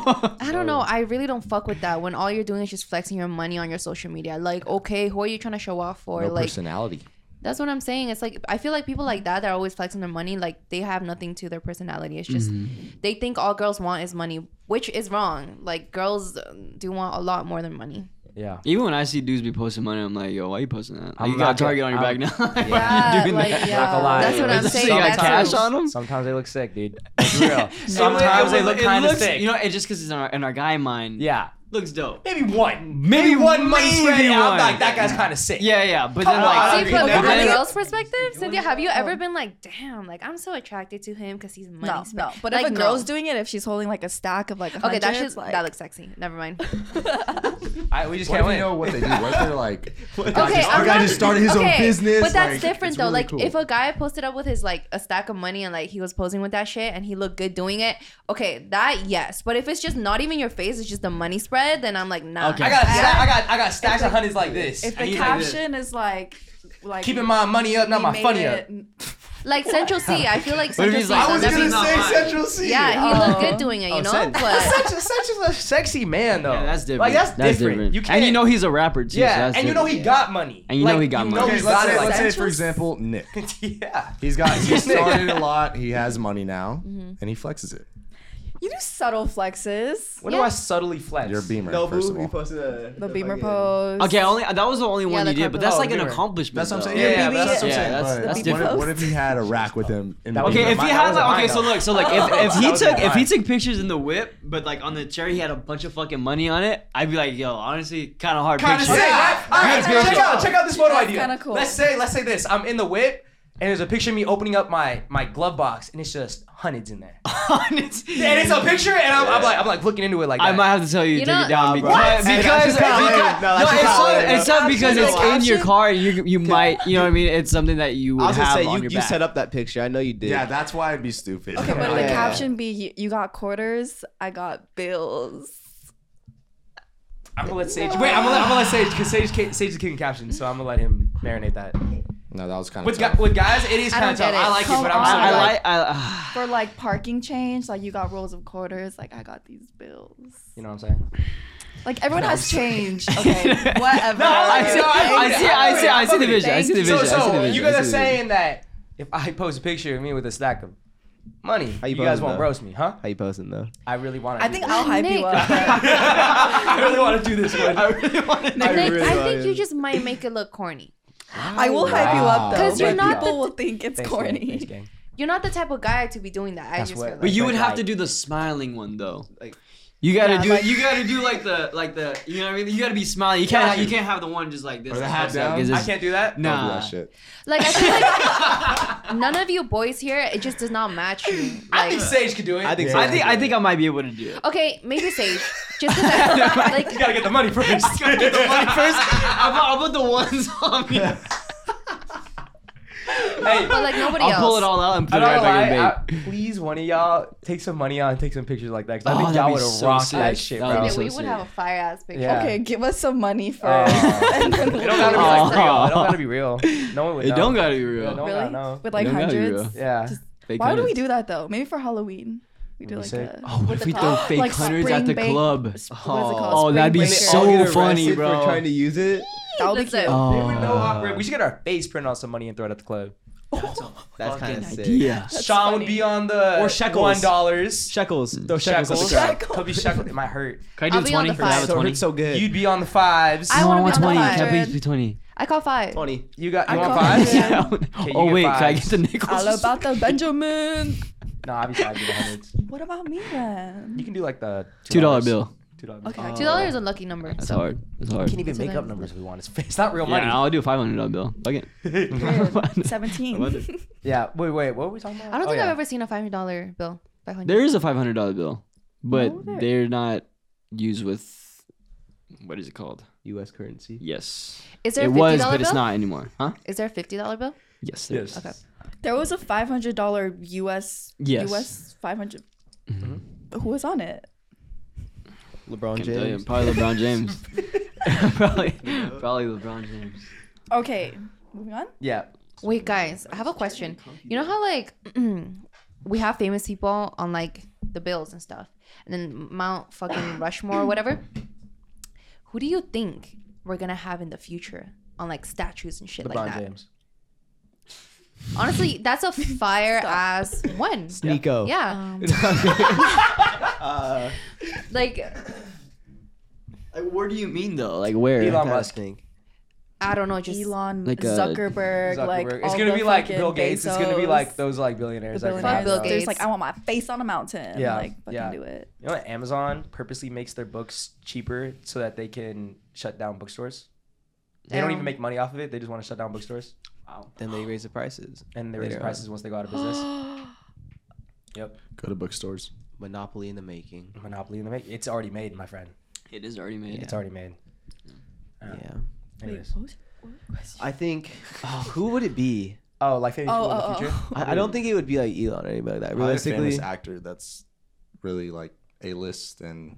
I don't know. I really don't fuck with that when all you're doing is just flexing your money on your social media. Like, okay, who are you trying to show off for? No like, personality. that's what I'm saying. It's like I feel like people like that that are always flexing their money. Like they have nothing to their personality. It's just Mm-hmm. they think all girls want is money, which is wrong. Like girls um, do want a lot more than money. Yeah. Even when I see dudes be posting money, I'm like, yo, why you posting that? Like, I'm you not got a gonna- target on your I'm- back now. Why you Yeah, doing like, that? yeah. Not gonna lie. That's what I'm Just so saying. you got That's cash what- on them? Sometimes they look sick, dude. It's real. Sometimes they look It kind of looks- sick. You know, it just because it's in our, in our guy mind. yeah. Looks dope. Maybe one. Maybe, one money maybe spread. I'm one. like, that guy's kind of sick. Yeah, yeah. But Come then, on, like, I oh, See, agree. from Never the mind. other girl's perspective, Cynthia, have you ever been like, damn, like I'm so attracted to him because he's money? No, spent." no. But like, if a girl's no. doing it, if she's holding like a stack of like okay, that hundreds, should that looks sexy. Never mind. I, we just What can't if win. you know what they do? What if they're like, the guy okay, just, the I'm guy not- just started his okay, own business. But that's like, different it's though. really like cool. if a guy posted up with his like a stack of money and like he was posing with that shit and he looked good doing it, okay, that yes. But if it's just not even your face, it's just the money spread, then I'm like, nah. Okay. I got, sta- I got, I got stacks of hundreds like this. if I the need like this. caption is like, like keeping my money up, not we my made funny up. it- Like Central C, I feel like What if Central he's C. like, does I was that gonna because- say Central C. yeah, he looked Oh. good doing it, you Oh, know. Sen- But such a, such a sexy man though. Yeah, that's different. Like that's, different. You can't. and you know he's a rapper too. so yeah, that's and you know different. he got money. And you know he got money. know he Okay, Oh, got let's say, it let's like say for example, Nick. yeah. He's got he Nick. started a lot. He has money now, and he flexes it. You do subtle flexes. When do I subtly flex? You're a beamer, No, first boo. of We all. posted a, The beamer fucking- pose. Okay, only that was the only one the he did, but carpet- that's oh, like an you're right. accomplishment. That's what I'm though. Yeah, saying. yeah, but that's what I'm yeah, saying. that's- but that's what if- different. What if he had a rack with him? in the That was Okay, beamer? if mine- he that had was like, okay, mine, so though. look, so like, That if, was if he mine. took if he took pictures in the whip, but like on the chair he had a bunch of fucking money on it, I'd be like, yo, honestly, kind of hard Kind of picture. sick. right? All right, Good check picture. out check out this photo That's idea. kinda cool. Let's say let's say this. I'm in the whip. And there's a picture of me opening up my my glove box, and it's just hundreds in there. Honestly. And it's a picture, and I'm, I'm like I'm like looking into it like I that. might have to tell you, to You take know- it down Nah, because bro. because, Hey, that's just not because- right. No, no, that's it's just not not, right, it's not because Actually, it's no, in your actually- car and you you might you know what I mean. It's something that you I would was gonna have say on you, your you back. set up that picture. I know you did. yeah, that's why it'd be stupid. Okay, but the Yeah. caption be you, you got quarters, I got bills. I'm gonna let Sage. Wait, I'm gonna, let- I'm gonna let Sage because Sage, ca- Sage is keeping captions, so I'm gonna let him marinate that. no, that was kind of. With, gu- with guys, it is I kind of don't get tough. I it. like it, Come but I'm on. still I, I like- like I, For like parking change, like you got rolls of quarters, like I got these bills. You know what I'm saying? Like everyone has change. Okay, whatever. I see, I see, I see, I see the Thank vision. I see the you. vision. So, I see so the vision, you I see guys are the vision. saying that if I post a picture of me with a stack of money, you you, guys posing, won't though? roast me, huh? How you posting though? I really want to. I think I'll hype you Nick. up. I really want to do this one. I really want to. Nick, really I like think you it. just might make it look corny. I will hype you up though. 'Cause you're but not people the- will think it's corny. You're not the type of guy to be doing that. I That's just what- feel But like. you Like, would have like- to do the smiling one though. Like you gotta Yeah, do like- you gotta do like the like the you know what I mean. You gotta be smiling. You can't Yeah. you can't have the one just like this. Or the like, hat half up, down. 'cause I it's- can't do that. Don't do Nah. that shit. Like I feel like none of you boys here, it just does not match you. I Like, think Sage could do it. I think I think I think I might be able to do it. okay, maybe Sage. Just 'cause I, like you gotta get the money first. Get the money first. I'll put, I'll put the ones on me. hey, but like nobody I'll else. pull it all out and I'm put it not right gonna back in lie, the I- please, one of y'all, take some money out and take some pictures like that. 'cause I Oh, think that'd y'all be would have so rocked sick. that shit, That would bro. be Yeah, so we would have a fire ass picture. Yeah. Okay, give us some money first. Oh. and then It we'll- don't gotta be Oh. like real. It don't gotta be real. No one would It know. don't gotta be Yeah, real. no one really? gotta know. With like Don't gotta be hundreds. real. Yeah. Fake Why do we hundreds. do that though? Maybe for Halloween. We do That'd like be a sick. Oh, what With if the we throw col- fake like hundreds at spring the bake- club? s- what is it Oh, called? that'd be Spring All so get funny, arrested For bro. trying to use it. that would be cute. That's it. They would know Oh, awkward. We should get our face print on some money and throw it at the club. That's kind of sick. yeah. Sean would be on the Or shekels. one dollars. Shekels. Mm. Those shekels. Shekels. shekels. Shekels. Kobe shekels. It might hurt. Can I'll I do be on twenty? the Can I have five. a twenty? so good. You'd be on the fives. I No, wanna I want be on twenty. the Can I five. please be twenty? I call five. Oh, 20. you got. You I want call fives? it. Yeah. you oh get wait, can I fives. get the nickels? All about the Benjamin. No, obviously I do the hundreds. What about me You then? can do like the Two dollar $2. bill. Two dollar. Okay, I Two dollars is a lucky number. That's so. hard. That's hard. We can't even So make then- up numbers if we want. It's, it's not real money. Yeah, I'll do a five hundred dollar bill. Fuck it. Period. Seventeen. Yeah. Wait, wait. What were we talking about? I don't Oh, think yeah. I've ever seen a five hundred dollar bill. Five hundred. There is a five hundred dollar bill, but No, there- they're not used with what is it called? U.S. currency. Yes, Is there it a fifty dollar was, bill? but it's not anymore. Huh? Is there a fifty dollar bill? Yes, there Yes. is. Okay. There was a five hundred dollar U.S. Yes. Mm-hmm. U.S. five hundred. Who was on it? LeBron Can't tell you. James. Probably LeBron James. probably, probably LeBron James. Okay, moving on. Yeah. Wait, guys, I have a question. You know how like we have famous people on like the bills and stuff, and then Mount fucking Rushmore or whatever. Who do you think we're gonna have in the future on like statues and shit LeBron like that? James. Honestly, that's a fire ass one. Nico. Yeah, Um. uh, like Like, where do you mean though? Like where? Elon Kinda Musk. thing. I don't know, just Elon Like, uh, Zuckerberg, like Zuckerberg. it's all gonna the be like fucking Bill Gates. It's gonna be Bezos, like those like the billionaires. that billionaires. Fuck Bill Bill Gates. Gates. Like I want my face on a mountain. Yeah. like fucking Yeah. do it. You know, what? Amazon purposely makes their books cheaper so that they can shut down bookstores. They don't even Damn. make money off of it. They just want to shut down bookstores, Then they raise the prices. and they raise Later on. prices once they go out of business. yep, Go to bookstores. Monopoly in the making. monopoly in the make. It's already made, my friend. It is already made. It's already made. Yeah. Yeah. Anyways. what was- what was- I think. Oh, who would it be? Oh, like famous Oh, people in oh, the future. I, I don't think it would be like Elon or anybody like that. Probably a famous Realistically, actor that's really like a list and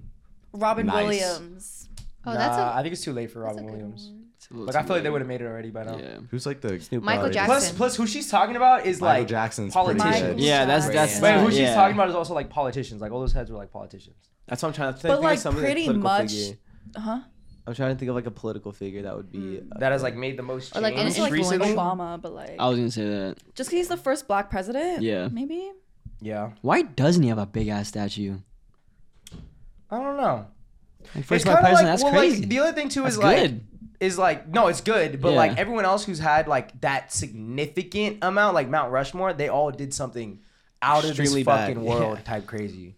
Robin Nice. Williams. Oh, that's a- Nah, I think it's too late for that's Robin a good Williams. It's a little Like I too feel like they late. would have made it already by now. Yeah. who's like the Snoop Michael Dogg. Jackson. Plus, plus, who she's talking about is Michael like Jackson's politicians. pretty shit. Yeah, that's that's. Wait, who yeah. she's talking about is also like politicians. Like all those heads were like politicians. That's what I'm trying to think. But, of like, something, pretty political much- figure. Huh? I'm trying to think of like a political figure that would be. uh, up That has there. like made the most Or, change like, an It's like recently- Obama, but like I was gonna say that. just because he's the first black president. Yeah. Maybe. Yeah, Why doesn't he have a big ass statue? I don't know. Like, first It's black kinda president. like- that's well, crazy. Like, the other thing too That's is like good. is like no, it's good, but Yeah. like everyone else who's had like that significant amount, like Mount Rushmore, they all did something out Extremely of this fucking bad, world yeah. type crazy,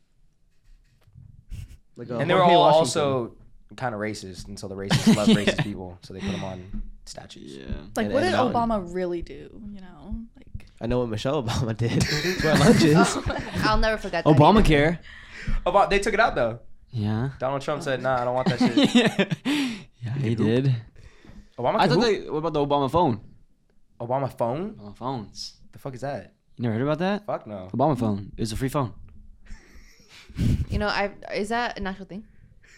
Like a and they were Jorge all Washington. also kind of racist, and so the racists love racist people, so they put them on statues. yeah. Like, And what did Edna Mountain. Obama really do? You know, like I know what Michelle Obama did to our lunches. I'll never forget that. either. Obamacare. About they took it out though. Yeah. Donald Trump said, "Nah, I don't want that shit." yeah, he did. Obama. I can thought hoop. they. What about the Obama phone? Obama phone. Obama phones. The fuck is that? You never heard about that? Fuck no. Obama phone. It was a free phone. You know, I is that an actual thing?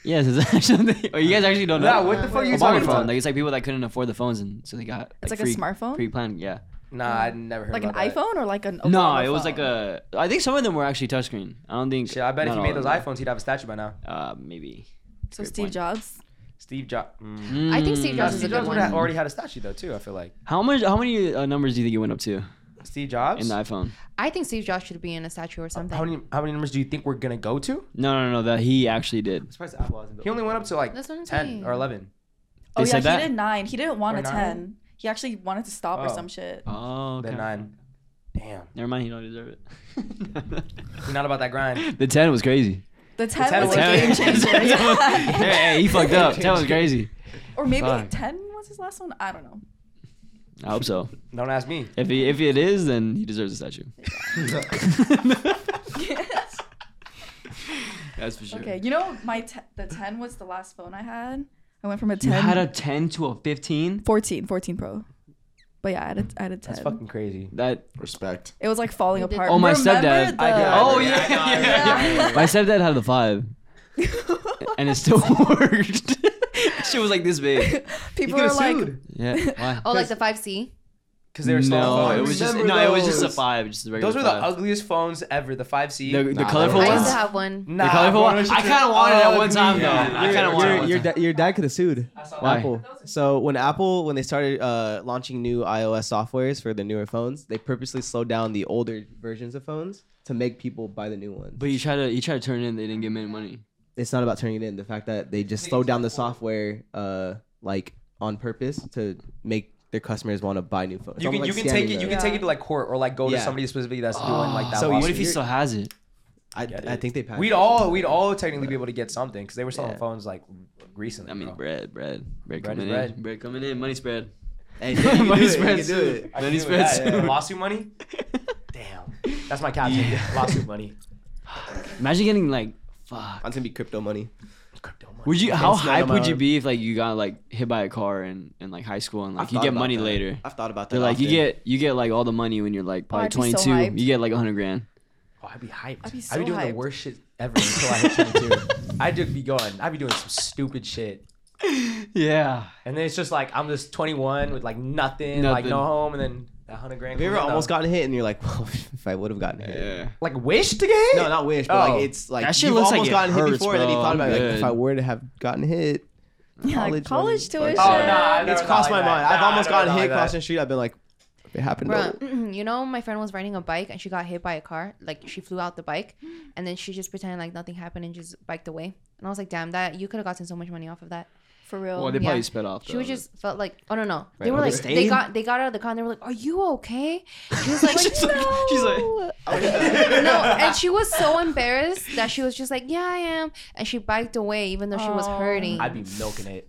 Yes, it's actually. Oh, you guys actually don't know. Nah, what the fuck are you Obama talking phone. about? Like it's like people that couldn't afford the phones, and so they got. It's like a smartphone? Pre-planned, yeah. Nah, I never heard like an about that. iPhone or like an Obama no, it was like phone? a. I think some of them were actually touchscreen. I don't think. Shit, I bet if not he all made of those them. iPhones, he'd have a statue by now. Uh, maybe. so Great Steve point. Jobs. Steve Jobs. Mm. I think Steve Mm. Jobs Steve is a Jobs good would have one. already had a statue though too. I feel like Hmm. How much? How many uh, numbers do you think it went up to Steve Jobs. in the iPhone? I think Steve Jobs should be in a statue or something. how many how many numbers do you think we're gonna go to? No, no, no. That he actually did. surprised Apple hasn't He only went up to like That's what I'm ten saying. or eleven. Oh They yeah, said he that? did nine. He didn't want Or a nine? ten. He actually wanted to stop or Oh. some shit. Oh, okay. Then nine. Damn, Never mind. He don't deserve it. You're not about that grind. the ten was crazy. The ten, 10 was was a ten. game changer. hey, hey, he fucked up. That was crazy. or maybe Fuck. ten was his last one. I don't know. I hope so. Don't ask me. If he, if it is, then he deserves a statue. That's for sure. Okay, you know my te- the ten was the last phone I had. I went from a You ten. had a ten to a fifteen. 14, 14 Pro. But yeah, I had a, I had a 10. That's fucking crazy. That Respect. it was like falling You did- apart. Oh, my Remember stepdad. The, I did. Oh, I yeah, did. I did. yeah, I did. my stepdad had a five, and it still worked. Shit was like this big. People were like, Yeah. Why? Oh, like the five C. because they were still no, on it phones. was just Remember no, it was just a those. five, just a regular. Those were the five. ugliest phones ever. The five C. The, the Nah, colorful they were- I ones. used to have one. the colorful one. I kind of wanted it at one time though. I kind of wanted it. Your, one your, time. da- your dad could have sued Why? Apple. So when Apple, when they started uh, launching new iOS softwares for the newer phones, they purposely slowed down the older versions of phones to make people buy the new ones. But you try to you try to turn it in, they didn't give me any money. it's not about turning it in. The fact that they just slowed down the software, uh, like on purpose to make their customers want to buy new phones. It's You can almost you like can take scamming it you them. can take it to like court or like go to Yeah. somebody specifically that's doing like that. So you what lawsuit. if he you're- still has it? I, I think they passed. We'd it. all we'd all technically be able to get something because they were selling Yeah. phones like recently. I mean, bro. bread, bread, bread, Oh. Bread is coming bread. in, bread coming in, money spread. Hey, you can do it, money you spread can do soon. it. I Money can do it. spread Yeah, yeah, soon. yeah. Lawsuit money. Damn, that's my caption. Lawsuit money. Imagine getting like, fuck. Mine's gonna be crypto money. Crypto money. Would you? How Instant hype would you amount. be if like you got like hit by a car in, in like high school and like I've you thought get about money that. later? I've thought about that. They're like you often. get you get like all the money when you're like probably Oh, I'd be so 22. hyped. you get like 100 grand. Oh, I'd be hyped. I'd I'd be, be so doing the hyped. worst shit ever until I hit 22. I'd just be going. I'd be doing some stupid shit, Yeah. and then it's just like I'm just 21 with like nothing, like Nothing. no home, and then that hundred grand. Have you ever comes in, almost though. gotten hit and you're like, well, if I would have gotten hit. Yeah. like wished to get hit? No, not wish, but Oh. like it's like That shit you've looks like almost it gotten hit hurts, before, and then you bro. thought I'm about it, like if I good. were to have gotten hit. yeah, college college money. tuition. Oh, nah, I never it's thought crossed like that. my mind. Nah, I've I never almost gotten thought hit like that. crossing the street. I've been like, It happened. Bro, Mm-hmm. you know, my friend was riding a bike and she got hit by a car. Like she flew out the bike, and then she just pretended like nothing happened and just biked away. And I was like, damn, that you could have gotten so much money off of that. For real. Well, they probably spit off. She was though. just felt like oh no no Right, they were but like they they got they got out of the car and they were like are you okay she was like She's no like- she's like- "Oh, no and she was so embarrassed that she was just like yeah I am and she biked away even though she was Oh. hurting I'd be milking it.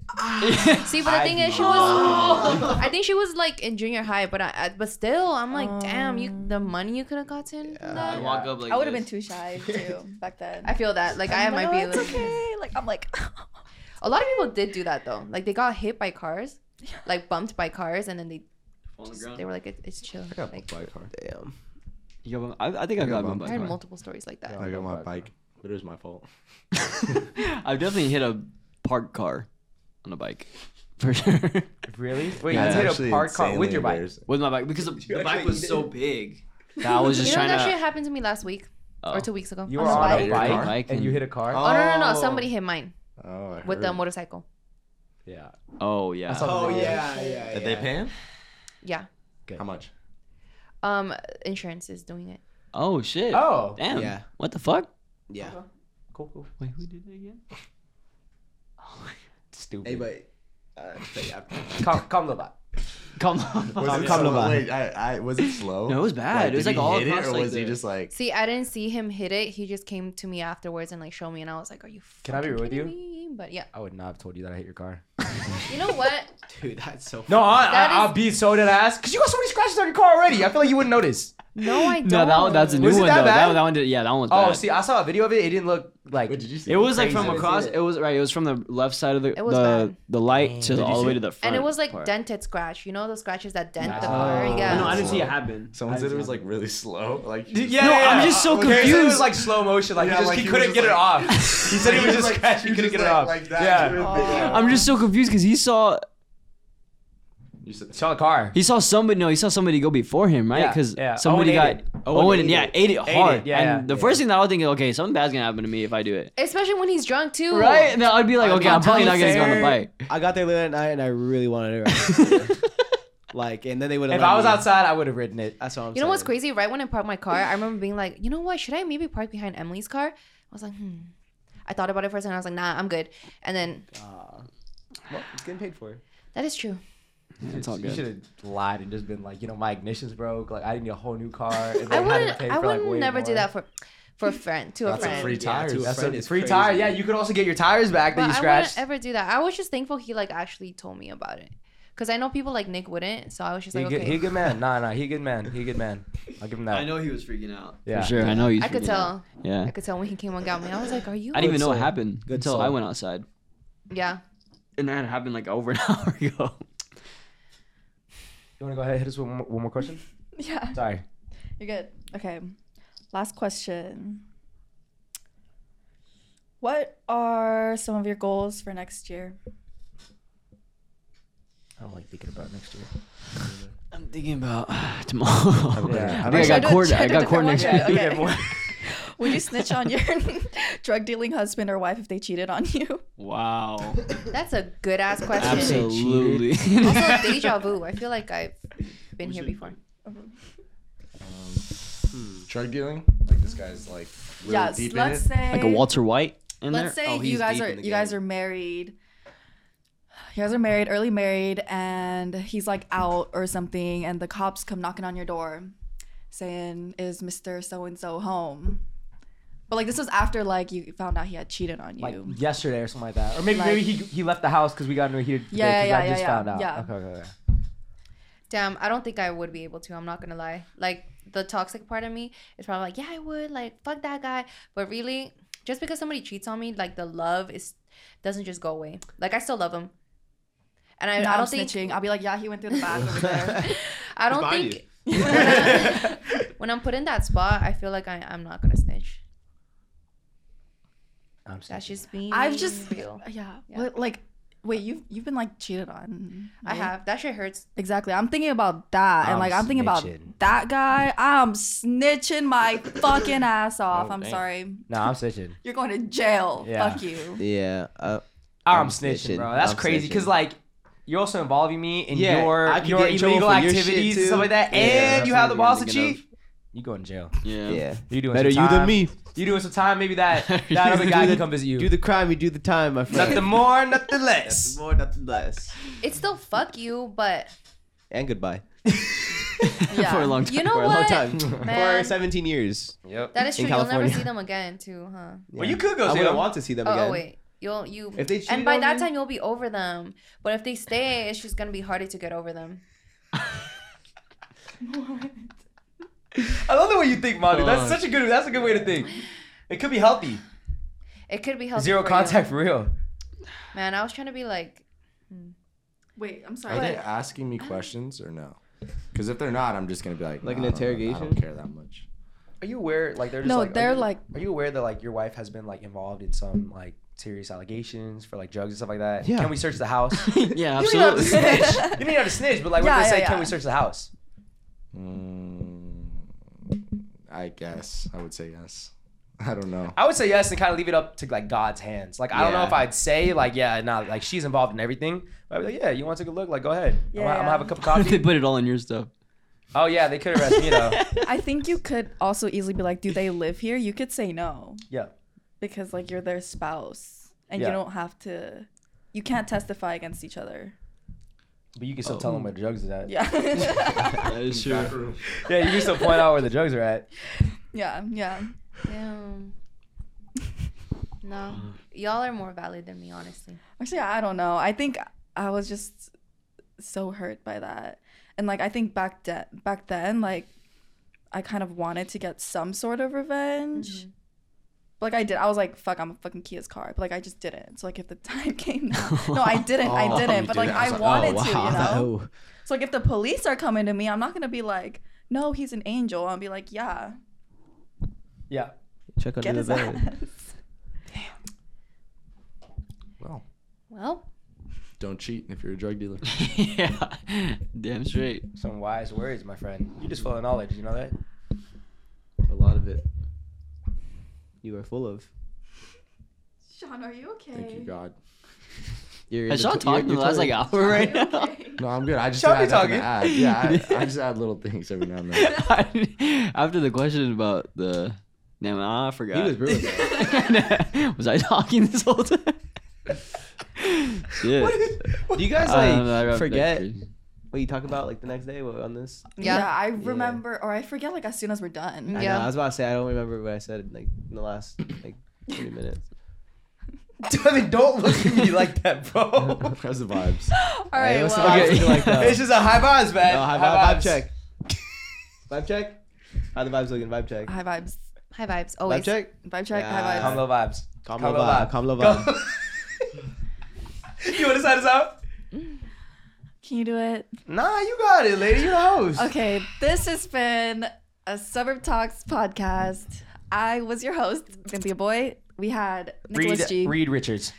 see but the I'd thing be is she was I think she was like in junior high but I, I but still I'm like damn you Um, the money you could have gotten from I that walk up like I would have this. been too shy too back then. I feel that like I I'm might "Oh, be a it's little okay. Like I'm like a lot of people did do that though like they got hit by cars like bumped by cars and then they on the just- ground. they were like it, it's chill like, Damn. You got one- I, I think I've got got one one I by heard car. multiple stories like that. I got my bike. But it was my fault. I've definitely hit a parked car on a bike. For sure. Really? Wait, Yeah. you hit Actually a parked car insanely with your bike. embarrassing. With my bike. Because the, the bike was so big that I was You just know trying that shit to. happened to me last week Oh. or two weeks ago. You On were a on a bike. bike, Your bike and and- you hit a car. Oh, no no no! Somebody hit mine Oh, I with the heard. motorcycle. Yeah. Oh, yeah. Oh yeah, yeah. Did they pay him? Yeah. How much? Um, insurance is doing it. Oh, shit. Oh. Damn. Yeah. What the fuck? Yeah. Cool, cool. Wait, who did it again? Stupid. Hey, but. Uh, but yeah. Calm, calm the vibe. Come on. Was it Come slow? on. Wait, I, I, was it slow? No, it was bad. It was, did like, he all hit across, it, or like, was he the- just like? See, I didn't see him hit it. He just came to me afterwards and like showed me, and I was like, "Are you?" Can I be fucking real with you? kidding Me? But yeah, I would not have told you that I hit your car. you know what? Dude, that's so. No, I, That I, is- I'll be so dead ass. Cause you got so many scratches on your car already. I feel like you wouldn't notice. No, I don't. No, that one, that's a new Was it one, that though. That bad? one, that one did. Yeah, that one was Oh, bad. see, I saw a video of it. It didn't look like. Wait, did you see? It was like from Crazy. across. Did It was right. It was from the left side of the It was the, bad. the light to the, all the way to the front. and it was like part. dented scratch. You know those scratches that dent the Oh. car. Yeah. No, I didn't see it Slow. happen. Someone I said it didn't was see like really slow. Like Yeah, No, yeah, I'm yeah. just so Okay, He said it was confused. like slow motion. Like Yeah, he just like he, he was couldn't just get it off. like- He said he was was just like- scratching. He he couldn't was get just it like- off. like that. He Yeah. was- Yeah. I'm just so confused because he saw You said Saw the car. he saw somebody. No, he saw somebody go before him, right? Yeah, Because yeah. somebody Owen ate got Owen. ate yeah, it. ate it Ate hard. it, yeah, and yeah. the first thing that I would think, is, okay, something bad's gonna happen to me if I do it, Especially when he's drunk too. right? And then I'd be like, okay, I'm probably not gonna go on the Fair. bike. I got there late at night and I really wanted to ride. like, and then they would have. If I was outside, I would have ridden it. that's what I'm You know what's saying. crazy? Right when I parked my car, I remember being like, you know what? Should I maybe park behind Emily's car? I was like, hmm. I thought about it for a second. I was like, nah, I'm good. And then Well, it's getting paid for. that is true. It's all You should good. have lied and just been like, you know, my ignition's broke. Like I need a whole new car. And I then had to wouldn't. pay I for, like, would way never do more. that for, for a friend to a That's friend. a free Yeah, tires. to a That's friend a is free crazy. tire. Yeah, you could also get your tires back but that you I wouldn't scratched. ever do that. I was just thankful he like actually told me about it, because I know people like Nick wouldn't. So I was just He, like, good, okay. he a good man. Nah, nah, he a good man. He a good man. I'll give him that. know he was freaking out. Yeah. For sure, I know you. I could tell. Yeah, I could tell when he came and got me. I was like, are you? I didn't even know what soul. happened Good until soul. I went outside, yeah. and that happened like over an hour ago. You want to go ahead and hit us with one more, one more question? yeah. Sorry. You're good. Okay. Last question. What are some of your goals for next year? I don't like thinking about next year. I'm thinking about tomorrow. Yeah. I think I Should got do- court. should I do got different court one? next week. Yeah, okay. Would you snitch on your drug dealing husband or wife if they cheated on you? Wow. That's a good ass question. Absolutely. Also, deja vu. I feel like I've been here before. drug dealing. Like this guy's like really yes. deep Let's in it. say like a Walter White in let's there. Oh, say you guys are you guys are married you guys are married early married and he's like out or something and the cops come knocking on your door saying is mr so and so home but like this was after like you found out he had cheated on you Like yesterday or something like that. Or maybe Like- maybe he he left the house because we got into a heated debate Yeah, 'cause yeah, I yeah, just yeah, found out. yeah. Okay, okay, okay. Damn, I don't think I would be able to. I'm not gonna lie. Like the toxic part of me is probably like, yeah, I would. Like fuck that guy. But really, just because somebody cheats on me, like the love is doesn't just go away. Like I still love him, and I, Now I I'm don't think snitching. I'll be like, yeah, he went through the back over there. I don't behind think when, I, am put in that spot, I feel like I, I'm not gonna snitch. I'm just- That's just me. I've just, real. yeah, Yeah. What, like, wait, you've you've been like cheated on. I right? have that shit hurts. Exactly. I'm thinking about that. I'm and like I'm thinking snitching. about that guy. I'm snitching my fucking ass off. Oh, I'm damn. sorry. No, I'm snitching. You're going to jail. Yeah. Fuck you. Yeah. Uh, I'm, I'm snitching, snitching. bro. That's I'm crazy. Cause snitching. like you're also involving me in Yeah, your I could your get in trouble illegal for your shit, activities and stuff too. like that, Yeah, and that's you have the what I'm balls to thinking cheat. You go in jail. Yeah. Yeah. You doing Better some you than time. me. You doing some time? Maybe that You that other do guy the- can come visit you. Do the crime, you do the time, my friend. Nothing more, nothing less. nothing more, nothing less. It's still fuck you, but And goodbye. yeah. For a long time. You know for what? a long time. Man. For 17 years. Yep. That is true. In You'll never California. see them again, too, huh? Well, you could go I see wouldn't them. want to see them oh, again. oh, wait. You'll you If they and cheated by on that you- time you'll be over them. But if they stay, it's just gonna be harder to get over them. I love the way you think, Manu. That's Fuck. such a good. That's a good way to think. It could be healthy. It could be healthy. Zero for contact for real. you. Man, I was trying to be like, Wait, I'm sorry. Are they asking me questions or no? Because if they're not, I'm just gonna be like, Like "Nah, an I don't know. I interrogation? don't care that much. Are you aware? Like they're just No, like, are they're you- like- Are you aware that like your wife has been like involved in some like serious allegations for like drugs and stuff like that? Yeah. Can we search the house? yeah, You don't absolutely. even have to snitch. You don't even have to snitch, but like what Yeah, if they yeah, say, yeah. can we search the house? Mm, I guess I would say yes. I don't know. I would say yes and kind of leave it up to like God's hands. Like I don't know Yeah. if I'd say like yeah, nah, like she's involved in everything. But I'd be like yeah, you want to take a look? Like go ahead. I'm, gonna- I'm gonna have a cup of they coffee. put it all in your stuff. oh yeah, they could arrest me though. I think you could also easily be like, do they live here? You could say no Yeah. because like you're their spouse and Yeah. you don't have to. You can't testify against each other. But you can still tell them where the drugs is at. Oh. Yeah. Yeah. That is true. yeah, you can still point out where the drugs are at. yeah. Yeah. damn. No, y'all are more valid than me, honestly. Actually, I don't know. I think I was just so hurt by that, and like I think back de- back then, like I kind of wanted to get some sort of revenge. Like I did, I was like, "Fuck, I'm a fucking Kia's car," but like I just didn't. So like, if the time came, now, no, I didn't, I Oh, didn't. you But like, didn't. I I, was like, wanted to, you Wow. know. So like, if the police are coming to me, I'm not gonna be like, "No, he's an angel." I'll be like, "Yeah, Yeah. Check get under the his bed. ass." Well, Well, don't cheat if you're a drug dealer. yeah. Damn straight. Some wise words, my friend. You just full of knowledge, you know that? A lot of it. You are full of. Sean, are you okay? Thank you, God. You're Has Sean talking the last like hour right now? No, I'm good. I just Shall had we nothing to talk add. Yeah, I, I just add little things every now and then. After the question about the. Damn, I forgot. He was really bad. was I talking this whole time? Shit. Do you guys I don't know, I like got- forget what you talk about like the next day on this? Yeah. Yeah. I remember, or I forget like as soon as we're done. I, know, Yeah. I was about to say I don't remember what I said like in the last like 20 minutes. Devin, don't look at me like that, bro. How's the vibes? All Hey, right, what's well, the vibe looking like though? it's just a high vibes, man. No, high vibe, vibe check. vibe check. How the vibes looking? Vibe check. high vibes, high vibes Vibe always. check. vibe check, Yeah. high Calm vibes. low vibes. Calm Calm low low vibe. vibe. Calm low Go- vibe. you want to sign us out? Can you do it? Nah, you got it, lady. You the host. Okay, this has been a Suburb Talks podcast. I was your host, Cynthia Boy. We had Nicholas Reed, G, Reed Richards.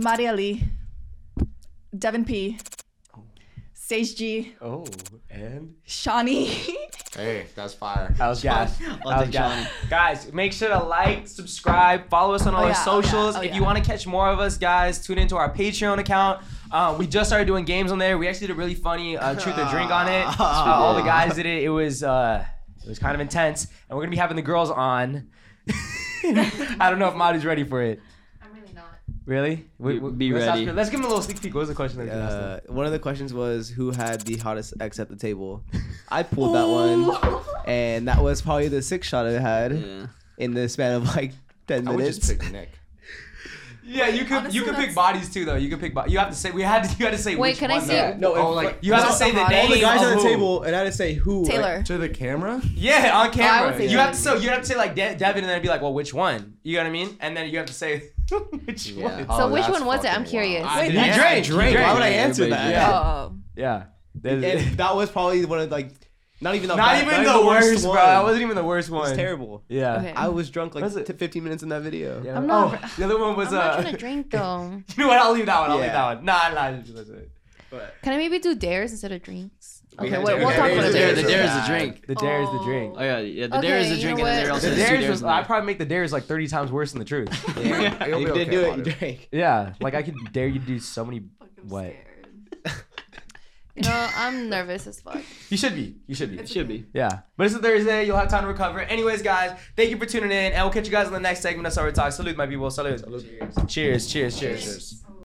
Maria Lee, Devin P, Sage G, Oh, and Shawnee. Hey, that's fire. I was gas. I was take gas. Guys, make sure to like, subscribe, follow us on all Oh, our yeah, oh, yeah, socials. oh, if yeah. you want to catch more of us, guys, tune into our Patreon account. Uh, we just started doing games on there. We actually did a really funny uh, truth or drink on it. Uh, all the guys did it. It was uh, it was kind of intense, and we're gonna be having the girls on. I don't know if Maddie's ready for it. I'm really not. Really? Be- be let's ready. ask her- let's give him a little sneak peek. What was the question? That we asked him? Uh, one of the questions was who had the hottest X at the table. I pulled that one, and that was probably the sixth shot I had Yeah. in the span of like ten I would minutes. just pick Nick. yeah, you could honestly, you could that's- pick bodies too, though. You could pick. Bo- you have to say we had to, you had to say. Wait, which can I one, see- though. No, Oh, and like You have to That's say the the hottest. name. the guys of at the who. table, and I had to say who. like, Taylor. to the camera. Yeah, on camera. Oh, would say you have to that. so you have to say like De- Devin, and then be like, well, which one? You know what I mean? And then you have to say which one. Oh, So which one was it? I'm curious. Wait, did- you I drank, you drank. drank. Why would I answer Everybody that? drank. Oh, Yeah. And that was probably one of like, not even the not bad- even the worst, bro. one. That wasn't even the worst one. It was terrible. Yeah. Okay. I was drunk like Was it- t- 15 minutes in that video. Yeah. I'm not- oh, the other one was I'm not uh. trying to drink though. you know what? I'll leave that one. I'll leave Yeah. that one. Nah, nah. Just, that's it. Can I maybe do dares instead of drinks? We Okay, had wait, dares. we'll Yeah, talk dares about the are dare, dares the are dare is the bad. drink. The dare is the drink. Oh yeah, yeah. The dare is the Okay, drink, you know and then there what? also The there's two dares dares was in there. I probably make the dares like thirty times worse than the truth. Yeah. If you didn't do it, you drank. yeah, like I could dare you to do so many. fuck, I'm What? scared. You know, I'm nervous as fuck. You should be. You should be. It should be. Yeah. But it's a Thursday. You'll have time to recover. Anyways, guys, thank you for tuning in, and we'll catch you guys in the next segment of Sorry Talk. Salute, my people. Salute. Cheers. Cheers. Cheers. Cheers. cheers.